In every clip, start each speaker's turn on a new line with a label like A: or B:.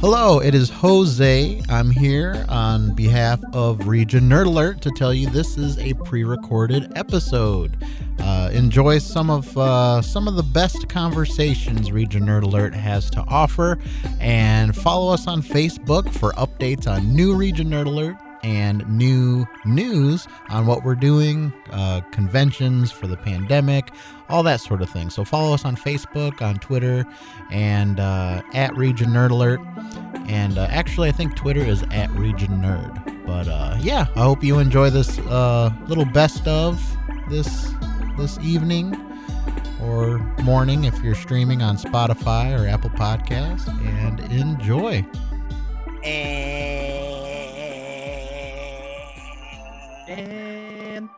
A: Hello, it is Jose. I'm here on behalf of Region Nerd Alert to tell you this is a pre-recorded episode. Uh, enjoy some of uh, some of the best conversations Region Nerd Alert has to offer, and follow us on Facebook for updates on new Region Nerd Alert and new news on what we're doing, uh, conventions for the pandemic, all that sort of thing. So follow us on Facebook, on Twitter, and uh, at Region Nerd Alert. And uh, actually, I think Twitter is at Region Nerd. But uh, yeah, I hope you enjoy this uh, little best of this this evening or morning if you're streaming on Spotify or Apple Podcast. And enjoy.
B: And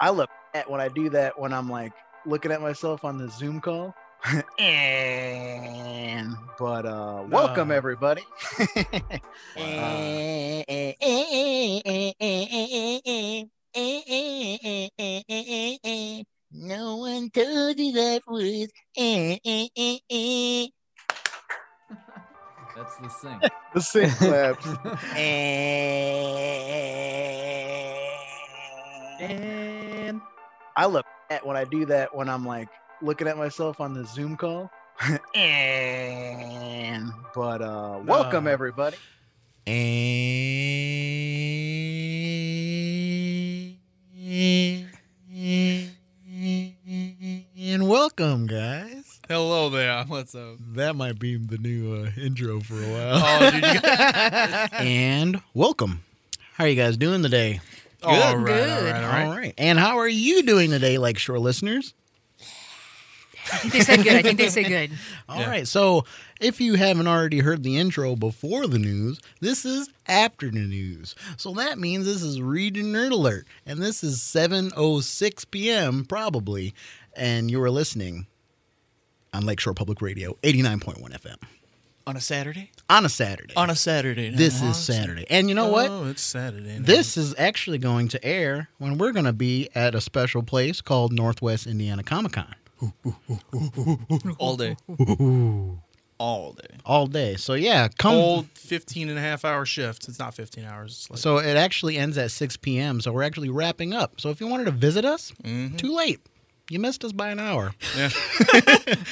B: I look at when I do that when I'm like looking at myself on the Zoom call. and but uh welcome
A: No.
B: everybody.
A: No one told you that was.
C: That's the sink.
B: the sing claps. And I look at when I do that when I'm like looking at myself on the Zoom call. and but uh welcome
A: No.
B: everybody.
A: And welcome, guys.
C: Hello there. What's up?
A: That might be the new uh, intro for a while.
C: Oh, dude, you got-
A: and welcome. How are you guys doing today?
C: all right, all
D: good.
C: right, all
A: All
C: right.
A: right. And how are you doing today, Lakeshore listeners?
D: I think they said good. I think they said good.
A: All right.
C: Yeah.
A: So, if you haven't already heard the intro before the news, this is after the news. So that means this is Region Nerd Alert, and this is 7:06 p.m. probably, and you are listening on Lakeshore Public Radio 89.1 FM
C: On a Saturday?
A: on a Saturday.
C: On a Saturday. night.
A: this
C: Oh,
A: is
C: it's-
A: Saturday, and you know what?
C: Oh, it's Saturday. night.
A: This is actually going to air when we're going to be at a special place called Northwest Indiana Comic Con.
C: all day. All day.
A: all day. So yeah, come.
C: Whole 15 and a half hour shift. It's not 15 hours. It's like,
A: So it actually ends at 6 p.m. So we're actually wrapping up. So if you wanted to visit us,
C: Mhm.
A: too late. You missed us by an hour.
C: Yeah.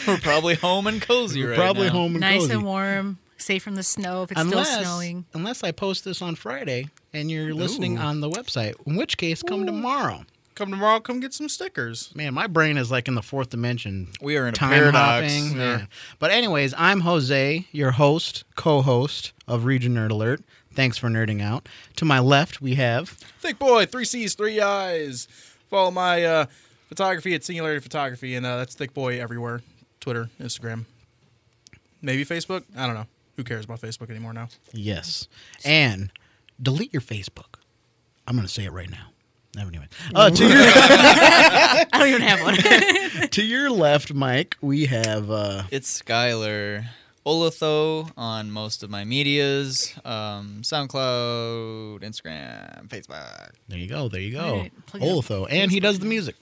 C: We're probably home and cozy
A: You're
C: right
A: probably
C: now.
A: home and
D: Nice
A: cozy.
D: and warm, safe from the snow if it's still snowing.
A: unless I post this on Friday and you're listening
C: Ooh.
A: on the website, in which case come tomorrow.
C: Come tomorrow, come get some stickers.
A: Man, my brain is like in the fourth dimension.
C: We are in a
A: Time
C: paradox.
A: hopping.
C: Yeah.
A: Yeah. But anyways, I'm Jose, your host, co-host of Region Nerd Alert. Thanks for nerding out. To my left, we have
C: Thick boy, three C's, three I's. Follow my uh, photography at Singularity Photography, and uh, that's Thick Boy everywhere Twitter, Instagram, maybe Facebook. I don't know. Who cares about Facebook anymore now?
A: Yes. And delete your Facebook. I'm going to say it right now. Never anyway. Uh, to, your,
D: I don't even have one.
A: to your left, Mike, we have uh,
E: It's Skylar Olotho on most of my medias, um, SoundCloud, Instagram, Facebook.
A: there you go, there you go.
D: Right, plug it up.
A: Oltho. And he does the music.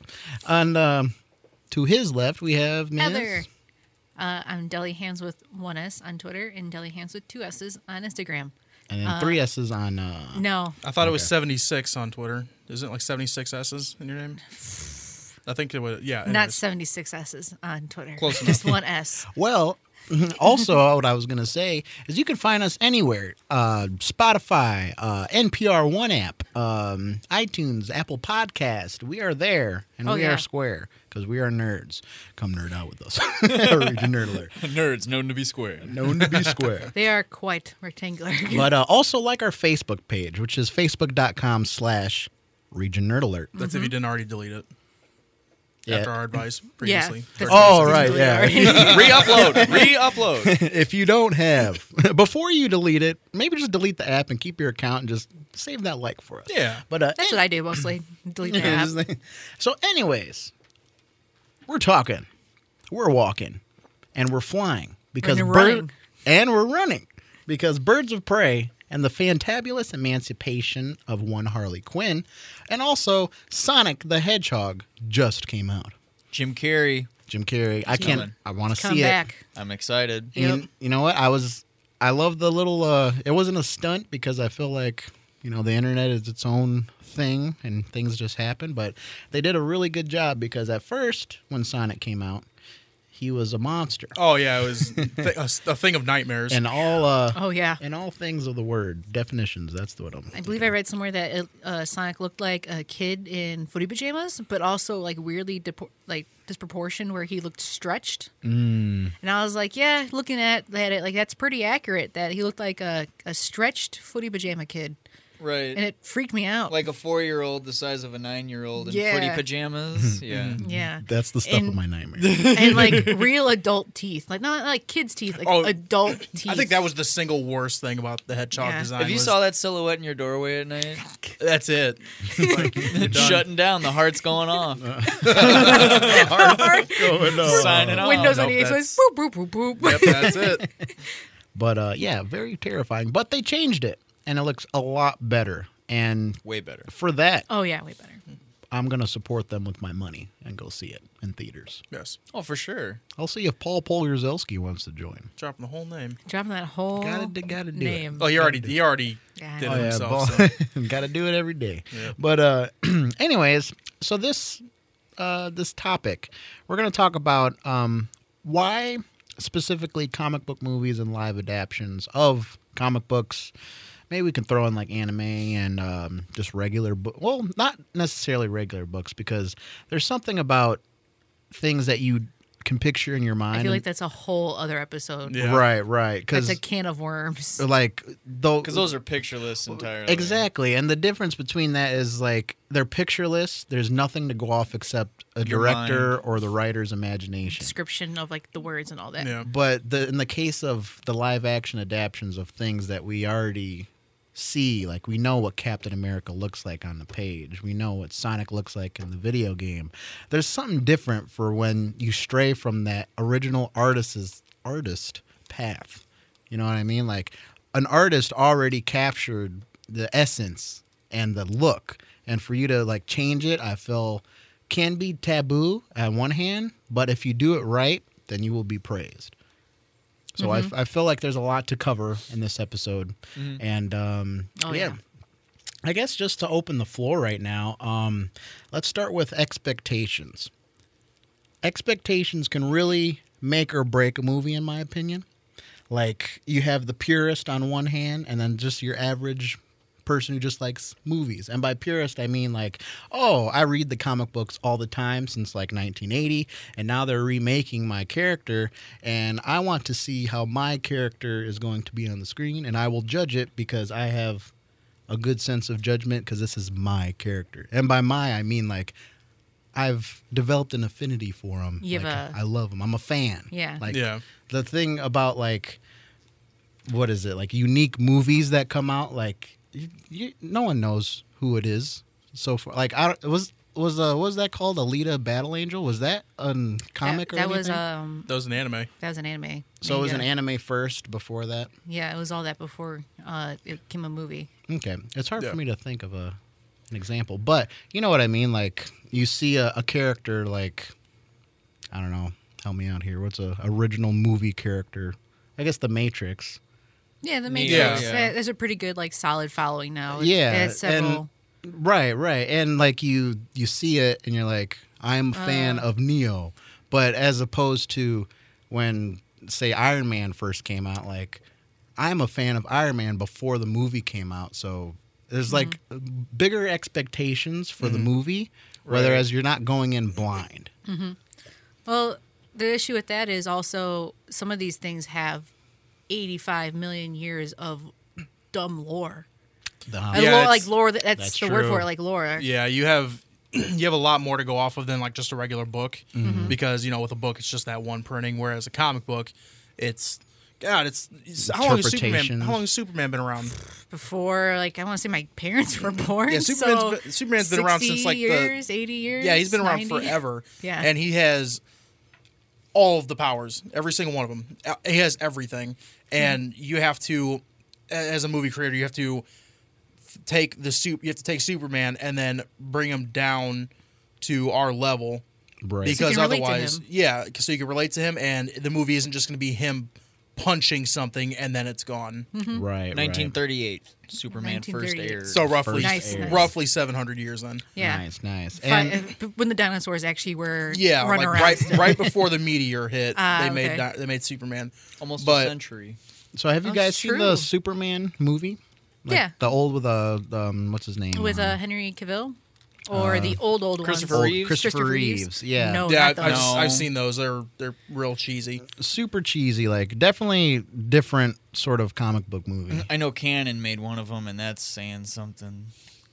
A: And um, to his left, we have Ms.
D: Heather. Uh, I'm Deli Hands with one S on Twitter and Deli Hands with two S's on Instagram.
A: and then three S's on. Uh,
D: No,
C: I thought it was 76 on Twitter. Isn't it like 76 S's in your name? I think it was, yeah.
D: not
C: anyways.
D: 76 S's on Twitter.
C: Close
D: Just one S.
A: well, also, what I was going to say is you can find us anywhere uh, Spotify, uh, NPR One app, um, iTunes, Apple Podcast. We are there and
D: Oh,
A: we
D: yeah.
A: are square because we are nerds. Come nerd out with us. Region Nerd Alert.
E: Nerds known to be square.
A: Known to be square.
D: They are quite rectangular.
A: But uh, also like our Facebook page, which is facebook.com slash Region Nerd Alert.
C: That's if you didn't already delete it
A: Yeah.
C: after our advice
D: yeah.
C: previously.
D: that's-
A: Oh,
D: that's
A: right,
D: really
A: yeah.
D: already-
E: Re-upload, re-upload.
A: if you don't have, before you delete it, maybe just delete the app and keep your account and just save that like for us.
C: Yeah.
A: But uh,
D: That's what I do mostly. Delete the app.
A: Yeah, just- so, anyways, we're talking, we're walking, and we're flying because
D: And
A: bird
D: we're running.
A: and we're running because birds of prey and the fantabulous emancipation of one Harley Quinn, and also Sonic the Hedgehog just came out.
E: Jim Carrey,
A: Jim Carrey, I can't.
E: coming.
A: I want to
D: Come
A: see
D: back.
E: I'm excited.
A: it. You,
D: Yep.
A: you know what? I was I love the little. Uh, it wasn't a stunt because I feel like you know the internet is its own thing and things just happen. But they did a really good job because at first, when Sonic came out, he was a monster,
C: Oh yeah, it was th- a, s- a thing of nightmares.
A: and all uh,
D: Oh yeah.
A: and all things of the word definitions. That's the what I'm.
D: I believe I read somewhere that it, uh, Sonic looked like a kid in footy pajamas, but also like weirdly depor- like disproportioned where he looked stretched.
A: Mm,
D: And I was like, yeah, looking at that, it, like that's pretty accurate. That he looked like a, a stretched footy pajama kid,
E: Right.
D: and it freaked me out.
E: like a four year old the size of a nine year old in footy
D: Yeah.
E: pajamas. Yeah.
C: Mm-hmm.
D: yeah,
A: that's the stuff
D: And-
A: of my nightmare.
D: and like real adult teeth, like not like kids' teeth, like
C: Oh,
D: adult teeth.
C: I think that was the single worst thing about the hedgehog
D: Yeah.
C: design.
E: If you
C: was-
E: saw that silhouette in your doorway at night,
C: that's it. Like, you're done.
E: shutting down, the heart's going off.
D: Hard.
A: Going
C: uh,
A: on.
E: Signing off.
D: Windows
E: Nope,
D: 98
E: that's-
D: says boop boop boop boop.
C: Yep, that's it.
A: But uh, yeah, very terrifying. But they changed it, and it looks a lot better. And
E: Way better.
A: for that,
D: Oh yeah, way better.
A: I'm gonna support them with my money and go see it in theaters.
C: Yes,
E: Oh, for sure.
A: I'll see if Paul Polgarzelski wants to join.
C: dropping the whole name.
D: Dropping that whole
A: Gotta do- gotta do it.
D: name.
C: Oh, he already he already
D: Yeah.
C: did
D: Oh,
C: it himself. so.
A: got to do it every day.
C: Yeah.
A: But uh, anyways, so this uh, this topic, we're gonna talk about um, why specifically comic book movies and live adaptions of comic books. Maybe we can throw in like anime and um, just regular book. Well, not necessarily regular books because there's something about things that you can picture in your mind.
D: I feel
A: and-
D: like that's a whole other episode.
C: Yeah.
A: Right, right.
D: That's
A: Because
D: a can of worms.
A: like though
E: Because those are pictureless entirely.
A: Exactly. And the difference between that is like they're pictureless. There's nothing to go off except a
E: Your
A: director or the writer's imagination.
D: Description of like the words and all that.
C: Yeah.
A: But the, in the case of the live action adaptions of things that we already see, like we know what Captain America looks like on the page, we know what Sonic looks like in the video game. There's something different for when you stray from that original artist's artist path. You know what I mean? Like an artist already captured the essence and the look, and for you to like change it, I feel can be taboo on one hand, but if you do it right, then you will be praised. So
D: Mm-hmm.
A: I, I feel like there's a lot to cover in this episode, and um,
D: Oh,
A: yeah.
D: yeah.
A: I guess just to open the floor right now, um, let's start with expectations. Expectations can really make or break a movie, in my opinion. Like you have the purist on one hand, and then just your average person who just likes movies. And by purist, I mean like, oh, I read the comic books all the time since like 1980, and now they're remaking my character, and I want to see how my character is going to be on the screen, and I will judge it because I have a good sense of judgment because this is my character. And by my, I mean like I've developed an affinity for him.
D: You have
A: Like,
D: a-
A: I love him. I'm a fan.
D: Yeah.
A: Like
C: Yeah.
A: the thing about like what is it like unique movies that come out like you, you, no one knows who it is so far. Like I don't- was was uh what was that called Alita Battle Angel was that a comic
D: that,
A: or
D: that
A: anything?
D: was um
C: That was an anime.
D: that was an anime.
A: so it was an
D: manga.
A: anime first before that.
D: Yeah, it was all that before uh it came a movie.
A: Okay, it's hard
C: Yeah.
A: for me to think of a an example, but you know what I mean. Like you see a, a character, like I don't know, help me out here. What's a original movie character? I guess The Matrix.
D: Yeah, the Matrix.
C: Yeah.
E: Yeah.
D: That- There's a pretty good like solid following now. It's-
A: Yeah,
D: it has
A: and-
D: several.
A: Right, right, and like you you see it, and you're like, I'm a
D: Uh.
A: fan of Neo, but as opposed to when say Iron Man first came out, like I'm a fan of Iron Man before the movie came out, so. There's like
D: Mm-hmm.
A: bigger expectations for the movie, whereas you're not going in blind.
D: well, the issue with that is also some of these things have 85 million years of dumb lore.
A: The-
D: Uh,
C: Yeah,
D: lore-
C: it's-
D: like lore. That, that's,
A: That's
D: the word for
A: true.
D: it. Like lore.
C: Yeah, you have you have a lot more to go off of than like just a regular book because you know with a book it's just that one printing, whereas a comic book it's God, it's, it's- how long has Superman
A: Interpretations.
C: how long has Superman been around?
D: Before like I want to say my parents were born.
C: Yeah, Superman's
D: so
C: been- Superman's been around
D: 60
C: since, like, the-
D: years, 80 years.
C: Yeah, he's been around
D: 90.
C: forever.
D: Yeah.
C: and he has all of the powers, every single one of them. Uh, He has everything,
D: Hmm.
C: and you have to, a- as a movie creator, you have to f- take the soup. You have to take Superman and then bring him down to our level
A: Right.
C: because
D: can relate to
C: otherwise,
D: him.
C: yeah, 'cause so you can relate to him, and the movie isn't just going to be him punching something and then it's gone.
D: Hmm. Mm-hmm.
A: Right.
E: 1938, Superman first
D: 1938.
E: aired.
C: So roughly,
D: Nice, nice.
C: roughly 700 years then.
D: Yeah.
A: Nice, nice.
D: Fi-
A: And
D: uh, b- when the dinosaurs actually were
C: Yeah,
D: run
C: like
D: around.
C: right, right before the meteor hit,
D: Ah,
C: they made
D: okay.
C: di- they made Superman.
E: almost
C: but-
E: a century.
A: so, have you guys
D: That's
A: seen the
D: true.
A: Superman movie?
D: Yeah.
A: The old with uh, um, what's his name?
D: with uh, Henry Cavill or
A: Uh,
D: the old old
E: Christopher
D: ones.
A: old
E: Reeves?
A: Christopher
D: Christopher
A: Reeves.
D: Reeves?
A: Yeah.
D: No, Oh,
C: yeah,
D: not
C: I've,
D: those.
C: I've-
E: No.
C: I've seen those. They're they're real cheesy.
A: Super cheesy. Like definitely different sort of comic book movie.
D: Mm-hmm.
E: I know Canon made one of them, and that's saying something.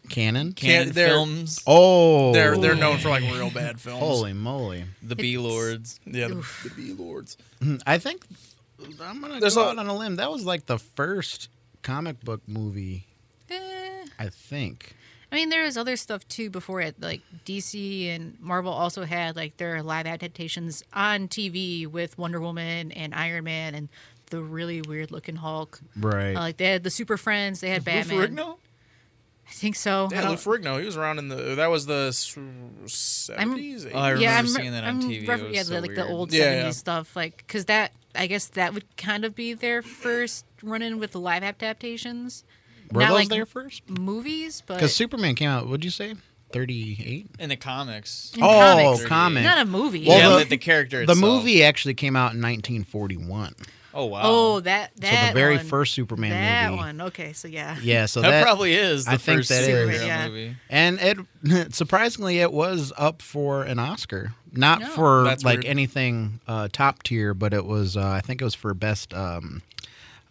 A: Canon.
E: Canon
C: they're-
E: Films,
A: oh.
C: They're they're known for like real bad films.
A: Holy moly.
E: the B Lords.
C: Yeah, the, the B lords.
A: I think I'm gonna
C: There's
A: go
C: a-
A: out on a limb. That was like the first comic book movie,
D: Eh,
A: I think.
D: I mean, there was other stuff too before it. Like DC and Marvel also had like their live adaptations on TV with Wonder Woman and Iron Man and the really weird looking Hulk.
A: Right.
D: Uh, like they had the Super Friends. They had Batman.
E: Ferrigno?
D: I think so. I
C: Yeah,
D: don't-
C: Lou Ferrigno. He was around in the that was the seventies.
E: Oh, I remember
D: yeah, I'm,
E: seeing that on
D: I'm
E: TV. It
D: refer-
E: was
D: yeah,
E: so
D: the, like the
E: weird.
D: old
C: Yeah,
D: 70s
C: yeah.
D: stuff. Like, because that, I guess that would kind of be their first run in with the live adaptations.
A: Were
D: not
A: those
D: like-
A: there first?
D: Movies, but.
A: Because Superman came out. What'd you say? Thirty-eight.
E: In the comics.
D: in comics,
A: oh, comic.
D: Not a movie.
A: Well,
E: yeah,
A: the-
E: the, the character
A: the
E: itself.
A: movie actually came out in 1941.
E: Oh, wow.
D: oh, that, that.
A: so the very
D: one.
A: first Superman
D: That
A: movie.
D: one. Okay, so yeah.
A: Yeah. So
E: that,
A: Oh, that,
E: probably is the
A: I think
E: first
A: that is.
E: superhero
D: Yeah.
E: movie.
A: and it surprisingly it was up for an Oscar, not
D: No.
A: for
C: That's
A: like
C: weird.
A: anything uh, top tier, but it was uh, I think it was for best. Um,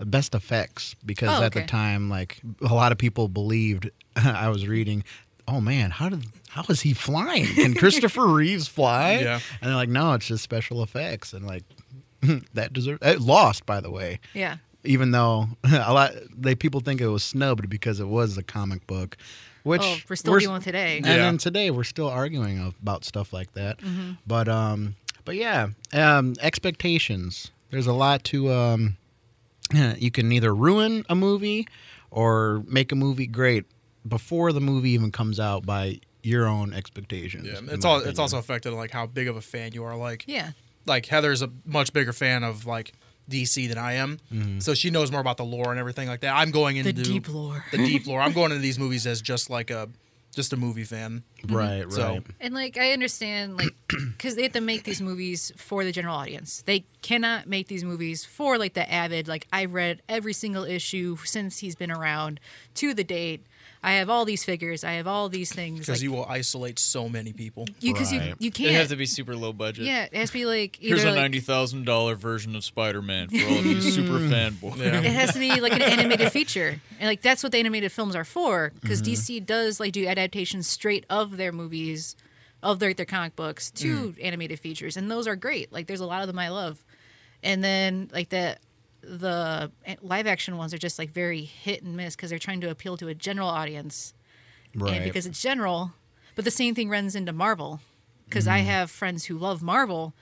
A: Best effects because
D: Oh,
A: at the
D: okay.
A: time, like a lot of people believed, I was reading, oh man, how did how is he flying? Can Christopher Reeves fly?
C: Yeah.
A: and they're like, no, it's just special effects, and like that deserved it lost by the way
D: Yeah.
A: even though a lot they people think it was snubbed because it was a comic book, which
D: oh, we're still dealing with today.
A: and
C: Yeah.
A: then today we're still arguing of- about stuff like that.
D: Mm-hmm.
A: But um, but yeah, um, expectations. There's a lot to um, you can either ruin a movie or make a movie great before the movie even comes out by your own expectations.
C: Yeah,
A: in
C: it's
A: my
C: all it's
A: opinion.
C: also affected like how big of a fan you are. Like
D: Yeah.
C: like Heather's a much bigger fan of like DC than I am,
A: Mm-hmm.
C: so she knows more about the lore and everything like that. I'm going into
D: The deep lore.
C: the deep lore. I'm going into these movies as just like a just a movie fan.
A: right, right.
C: So-
D: Mm-hmm. And like I understand, like because they have to make these movies for the general audience. They cannot make these movies for like the avid. Like I read every single issue since he's been around to the date. I have all these figures. I have all these things.
C: because
D: Like,
C: you will isolate so many people.
D: you because you,
A: Right.
D: you
E: It'd have
D: can't.
E: to be super low budget.
D: yeah, it has to be like either
E: Here's a
D: like,
E: ninety thousand dollar version of Spider Man for all of you super fanboys.
D: it has to be like an animated feature, and like that's what the animated films are for. Because DC does like do adaptations straight of their movies, of their their comic books to animated features, and those are great. Like there's a lot of them I love, and then like the the eh, live action ones are just like very hit and miss because they're trying to appeal to a general audience
A: right.
D: and because it's general. But the same thing runs into Marvel because
A: Mm.
D: I have friends who love Marvel,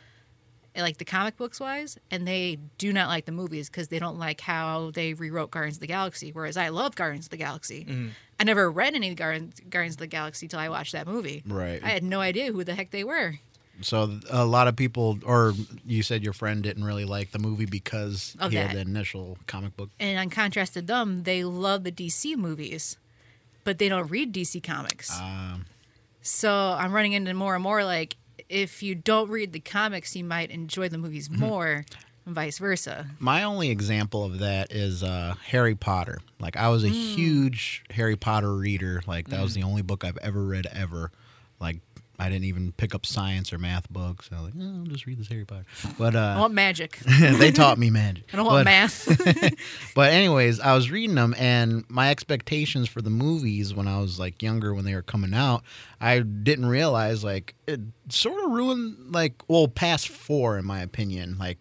D: like the comic books wise, and they do not like the movies because they don't like how they rewrote Guardians of the Galaxy. Whereas I love Guardians of the Galaxy.
A: Mm-hmm.
D: I never read any Guardians, Guardians of the Galaxy till I watched that movie.
A: Right.
D: I had no idea who the heck they were.
A: So th- a lot of people, or you said your friend didn't really like the movie because
D: Of
A: he had
D: that.
A: the initial comic book.
D: And on contrast to them, they love the DC movies, but they don't read DC comics.
A: Um,
D: So I'm running into more and more like if you don't read the comics, you might enjoy the movies
A: Mm-hmm.
D: more, and vice versa.
A: my only example of that is uh, Harry Potter. Like I
D: Hmm.
A: was a huge Harry Potter reader. Like that was the only book I've ever read ever. Like I didn't even pick up science or math books. I was like, oh, I'll just read this Harry Potter. But
D: I
A: uh,
D: want magic.
A: they taught me magic.
D: I don't want
A: But-
D: math.
A: but anyways, I was reading them, and my expectations for the movies when I was like younger, when they were coming out, I didn't realize like it sort of ruined like well past four in my opinion, like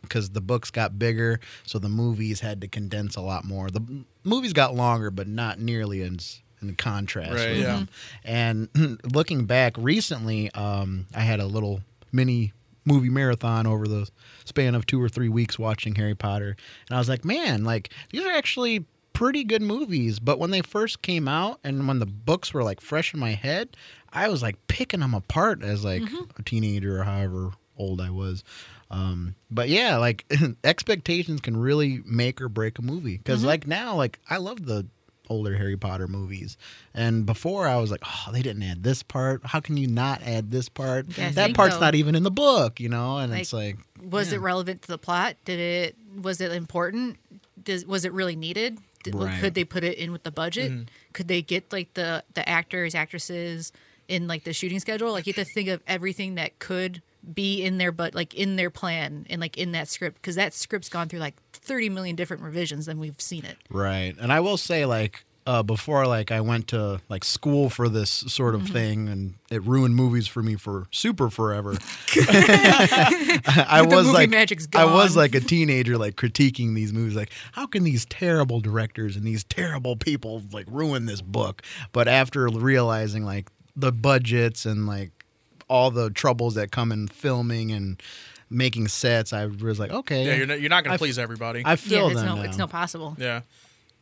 A: because the books got bigger, so the movies had to condense a lot more. The m- movies got longer, but not nearly as in contrast.
E: Right,
A: with
C: yeah.
A: them. And looking back recently, um, I had a little mini movie marathon over the span of two or three weeks watching Harry Potter, and I was like, man, like these are actually pretty good movies. But when they first came out, and when the books were like fresh in my head, I was like picking them apart as like a teenager or however. old I was. Um, but yeah, like expectations can really make or break a movie. Because like now, like I love the older Harry Potter movies, and before I was like, oh, they didn't add this part. How can you not add this part?
D: Yeah,
A: that
D: think
A: part's
D: so.
A: not even in the book, you know. And it's like,
D: was it relevant to the plot? Did it was it important? Does was it really needed? Did,
A: Right. Mm-hmm.
D: Could they put it in with the budget? Could they get like the the actors actresses in like the shooting schedule? Like you have to think of everything that could be in their but like in their plan and like in that script because that script's gone through like 30 million different revisions and we've seen it
A: Right. And I will say like uh, before like I went to like school for this sort
D: Mm-hmm.
A: of thing and it ruined movies for me for super forever. I
D: The
A: was
D: movie
A: like
D: magic's
A: I was
D: gone.
A: like a teenager like critiquing these movies like how can these terrible directors and these terrible people like ruin this book? But after realizing like the budgets and like all the troubles that come in filming and making sets, I was like, okay,
C: Yeah, you're not, you're not gonna
A: I f-
C: please everybody.
A: I feel
D: yeah it's
A: them
D: no it's
A: now.
D: no possible
C: Yeah,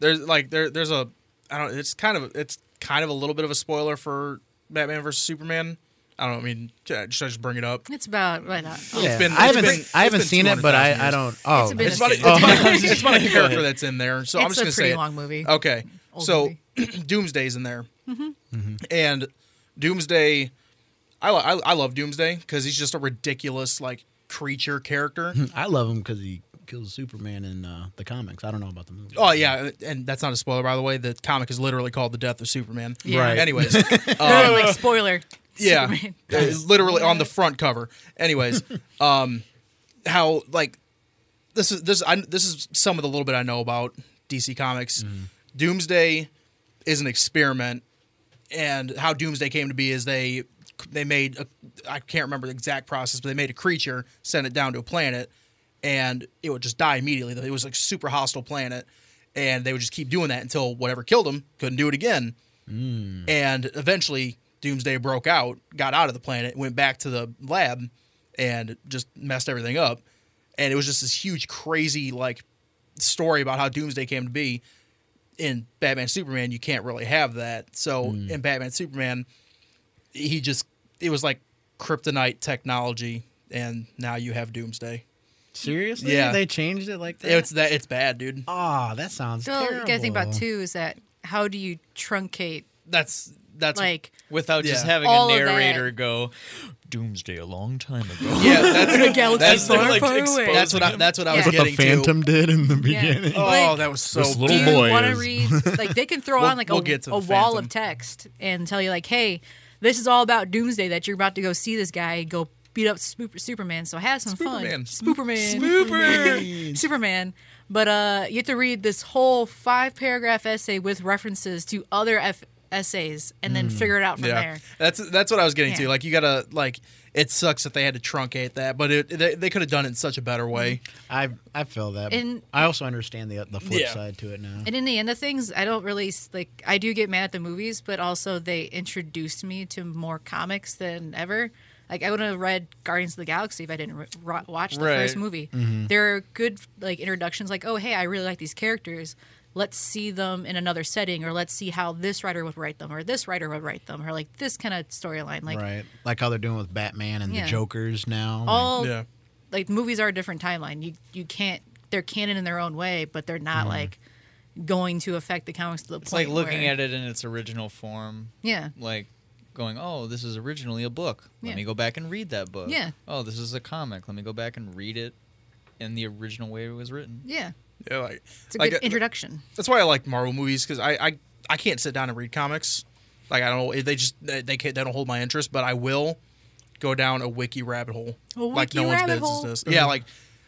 C: there's like there there's a I don't it's kind of it's kind of a little bit of a spoiler for Batman versus Superman. I don't know. I mean, should I should I just bring it up?
D: it's about what uh, oh,
A: Yeah.
C: been-
A: I haven't,
C: it's been-
A: I haven't
C: it's been
A: seen it, but I,
C: 200,000
A: I don't. Oh,
D: It's been
C: It's about, a, it's,
D: Oh.
C: about a, it's about a character that's in there, so I'm
D: It's
C: just
D: a
C: gonna
D: pretty
C: say it. Oh.
D: long movie.
C: Okay,
D: Old Mm-hmm.
C: so Doomsday's in there, and Doomsday, I, lo- I I love Doomsday because he's just a ridiculous like creature character.
A: I love him because he kills Superman in uh, the comics. I don't know about the movie.
C: Oh yeah, and that's not a spoiler by the way. The comic is literally called "The Death of Superman."
D: Yeah. Right.
C: Anyways,
D: No, like spoiler
C: yeah,
D: Superman.
C: it's literally on the front cover. Anyways, um, how like this is this I, this is some of the little bit I know about DC Comics. Doomsday is an experiment, and how Doomsday came to be is they they made a, I can't remember the exact process, but they made a creature, sent it down to a planet, and it would just die immediately. It was like a super hostile planet, and they would just keep doing that until whatever killed them couldn't do it again and eventually doomsday broke out got out of the planet went back to the lab and just messed everything up and it was just this huge crazy like story about how doomsday came to be in batman superman you can't really have that so in batman superman he just it was like kryptonite technology and now you have doomsday
A: seriously?
C: Yeah.
A: they changed it like that.
C: it's that it's bad dude
A: oh, that sounds.
D: So you gotta think about
A: terrible.
D: too is that how do you truncate
C: that's that's
D: like
E: without just
C: Yeah.
E: having
D: All
E: a
D: of that.
E: narrator go, Doomsday a long time ago.
C: yeah that's,
D: galaxy
E: That's
D: far,
E: like
D: far
E: exposed.
D: away.
C: that's what I, that's what I was
D: That's what
A: What
C: getting
A: the Phantom did in the
D: Yeah.
A: beginning.
C: to. Oh,
D: Like,
C: that was so
F: This little
D: Do
C: bad.
D: you
F: boy
D: want to
F: is-
D: read? Like they can throw
C: We'll-
D: on like
C: we'll
D: a,
C: get to the
D: a wall
C: Phantom.
D: of text and tell you like, hey, this is all about Doomsday that you're about to go see this guy go beat up Spoop- Superman. So have some
C: Spooperman.
D: fun, Superman, Superman, Superman. But uh, you have to read this whole five paragraph essay with references to other F- essays and then figure it out from
C: Hmm. yeah.
D: there.
C: That's that's what I was getting to.
D: Yeah.
C: Like you gotta like it sucks that they had to truncate that, but it, they, they could have done it in such a better way.
A: I I feel that.
D: And-
A: I also understand the the flip
C: Yeah.
A: side to it now.
D: And in the end of things, I don't really s- like. I do get mad at the movies, but also they introduced me to more comics than ever. Like I would have read Guardians of the Galaxy if I didn't re- ro- watch the
C: Right.
D: first movie.
E: Mm-hmm.
D: There are good like introductions, like oh hey, I really like these characters. Let's see them in another setting, or let's see how this writer would write them, or this writer would write them, or like this kind of storyline. Like
A: right, like how they're doing with Batman and
D: Yeah.
A: the Joker's now.
D: all
C: Yeah.
D: like movies are a different timeline. You you can't they're canon in their own way, but they're not like going to affect the comics to the
E: Mm-hmm. It's
D: point
E: like looking
D: where-
E: at it in its original form.
D: yeah
E: Like going, oh, this is originally a book. Let
D: Yeah.
E: me go back and read that book.
D: Yeah.
E: Oh, this is a comic. Let me go back and read it in the original way it was written.
D: yeah.
C: Yeah, like,
D: It's a
C: like,
D: good
C: uh,
D: introduction.
C: That's why I like Marvel movies because I, I I can't sit down and read comics. Like I don't they just they, they can't they don't hold my interest, but I will go down a wiki rabbit hole.
D: A
C: like
D: wiki
C: no one's
D: rabbit
C: business
D: hole.
C: is. Yeah, like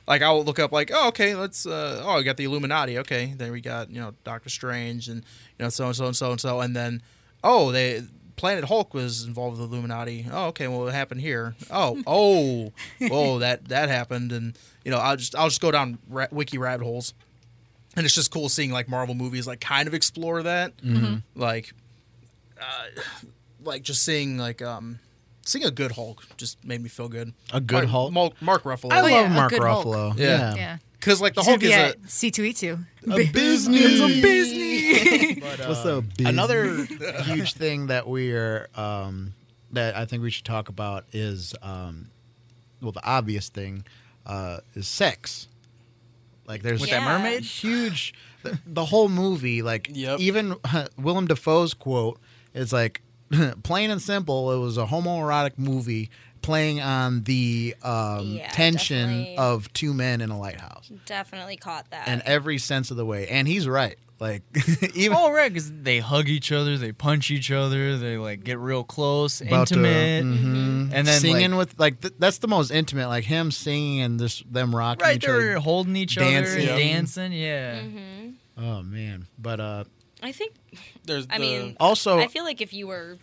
C: like I'll look up like oh okay let's uh, oh we got the Illuminati okay then we got you know Doctor Strange and you know so and so and so and so and then oh they Planet Hulk was involved with the Illuminati oh okay well it happened here oh oh whoa that that happened and you know I'll just I'll just go down ra- wiki rabbit holes and it's just cool seeing like Marvel movies like kind of explore that,
A: Mm-hmm.
C: like, uh, like just seeing like um, seeing a good Hulk just made me feel good.
A: A good Hulk?
C: Mark, Mark Ruffalo.
A: I love
D: yeah, a
A: Mark
D: good Hulk.
A: Ruffalo.
C: Yeah.
D: Yeah.
C: because like um, the Hulk is a
D: C two E two.
A: business.
D: business.
E: But,
A: What's
E: um,
A: up? Another huge thing that we are um, that I think we should talk about is um, well, the obvious thing uh, is sex. Like there's
C: With
D: Yeah.
C: that mermaid?
A: huge the, the whole movie like
C: Yep.
A: even Willem Dafoe's quote is like plain and simple it was a homoerotic movie playing on the um,
F: Yeah,
A: tension
F: definitely.
A: of two men in a lighthouse
F: Definitely caught that.
A: in every sense of the way and he's right like even
E: Oh right, because they hug each other, they punch each other, they like get real close,
A: about to-
E: intimate,
A: mhm.
E: and then
A: singing
E: like,
A: with like th- that's the most intimate like him singing and this them rocking
E: right,
A: each
E: they were
A: other
E: holding each other,
A: dancing.
E: and dancing, yeah.
D: Mm-hmm.
F: hmm
A: oh man but uh
F: I think.
C: There's
F: I
C: the-
F: mean,
A: also
F: I feel like if you were,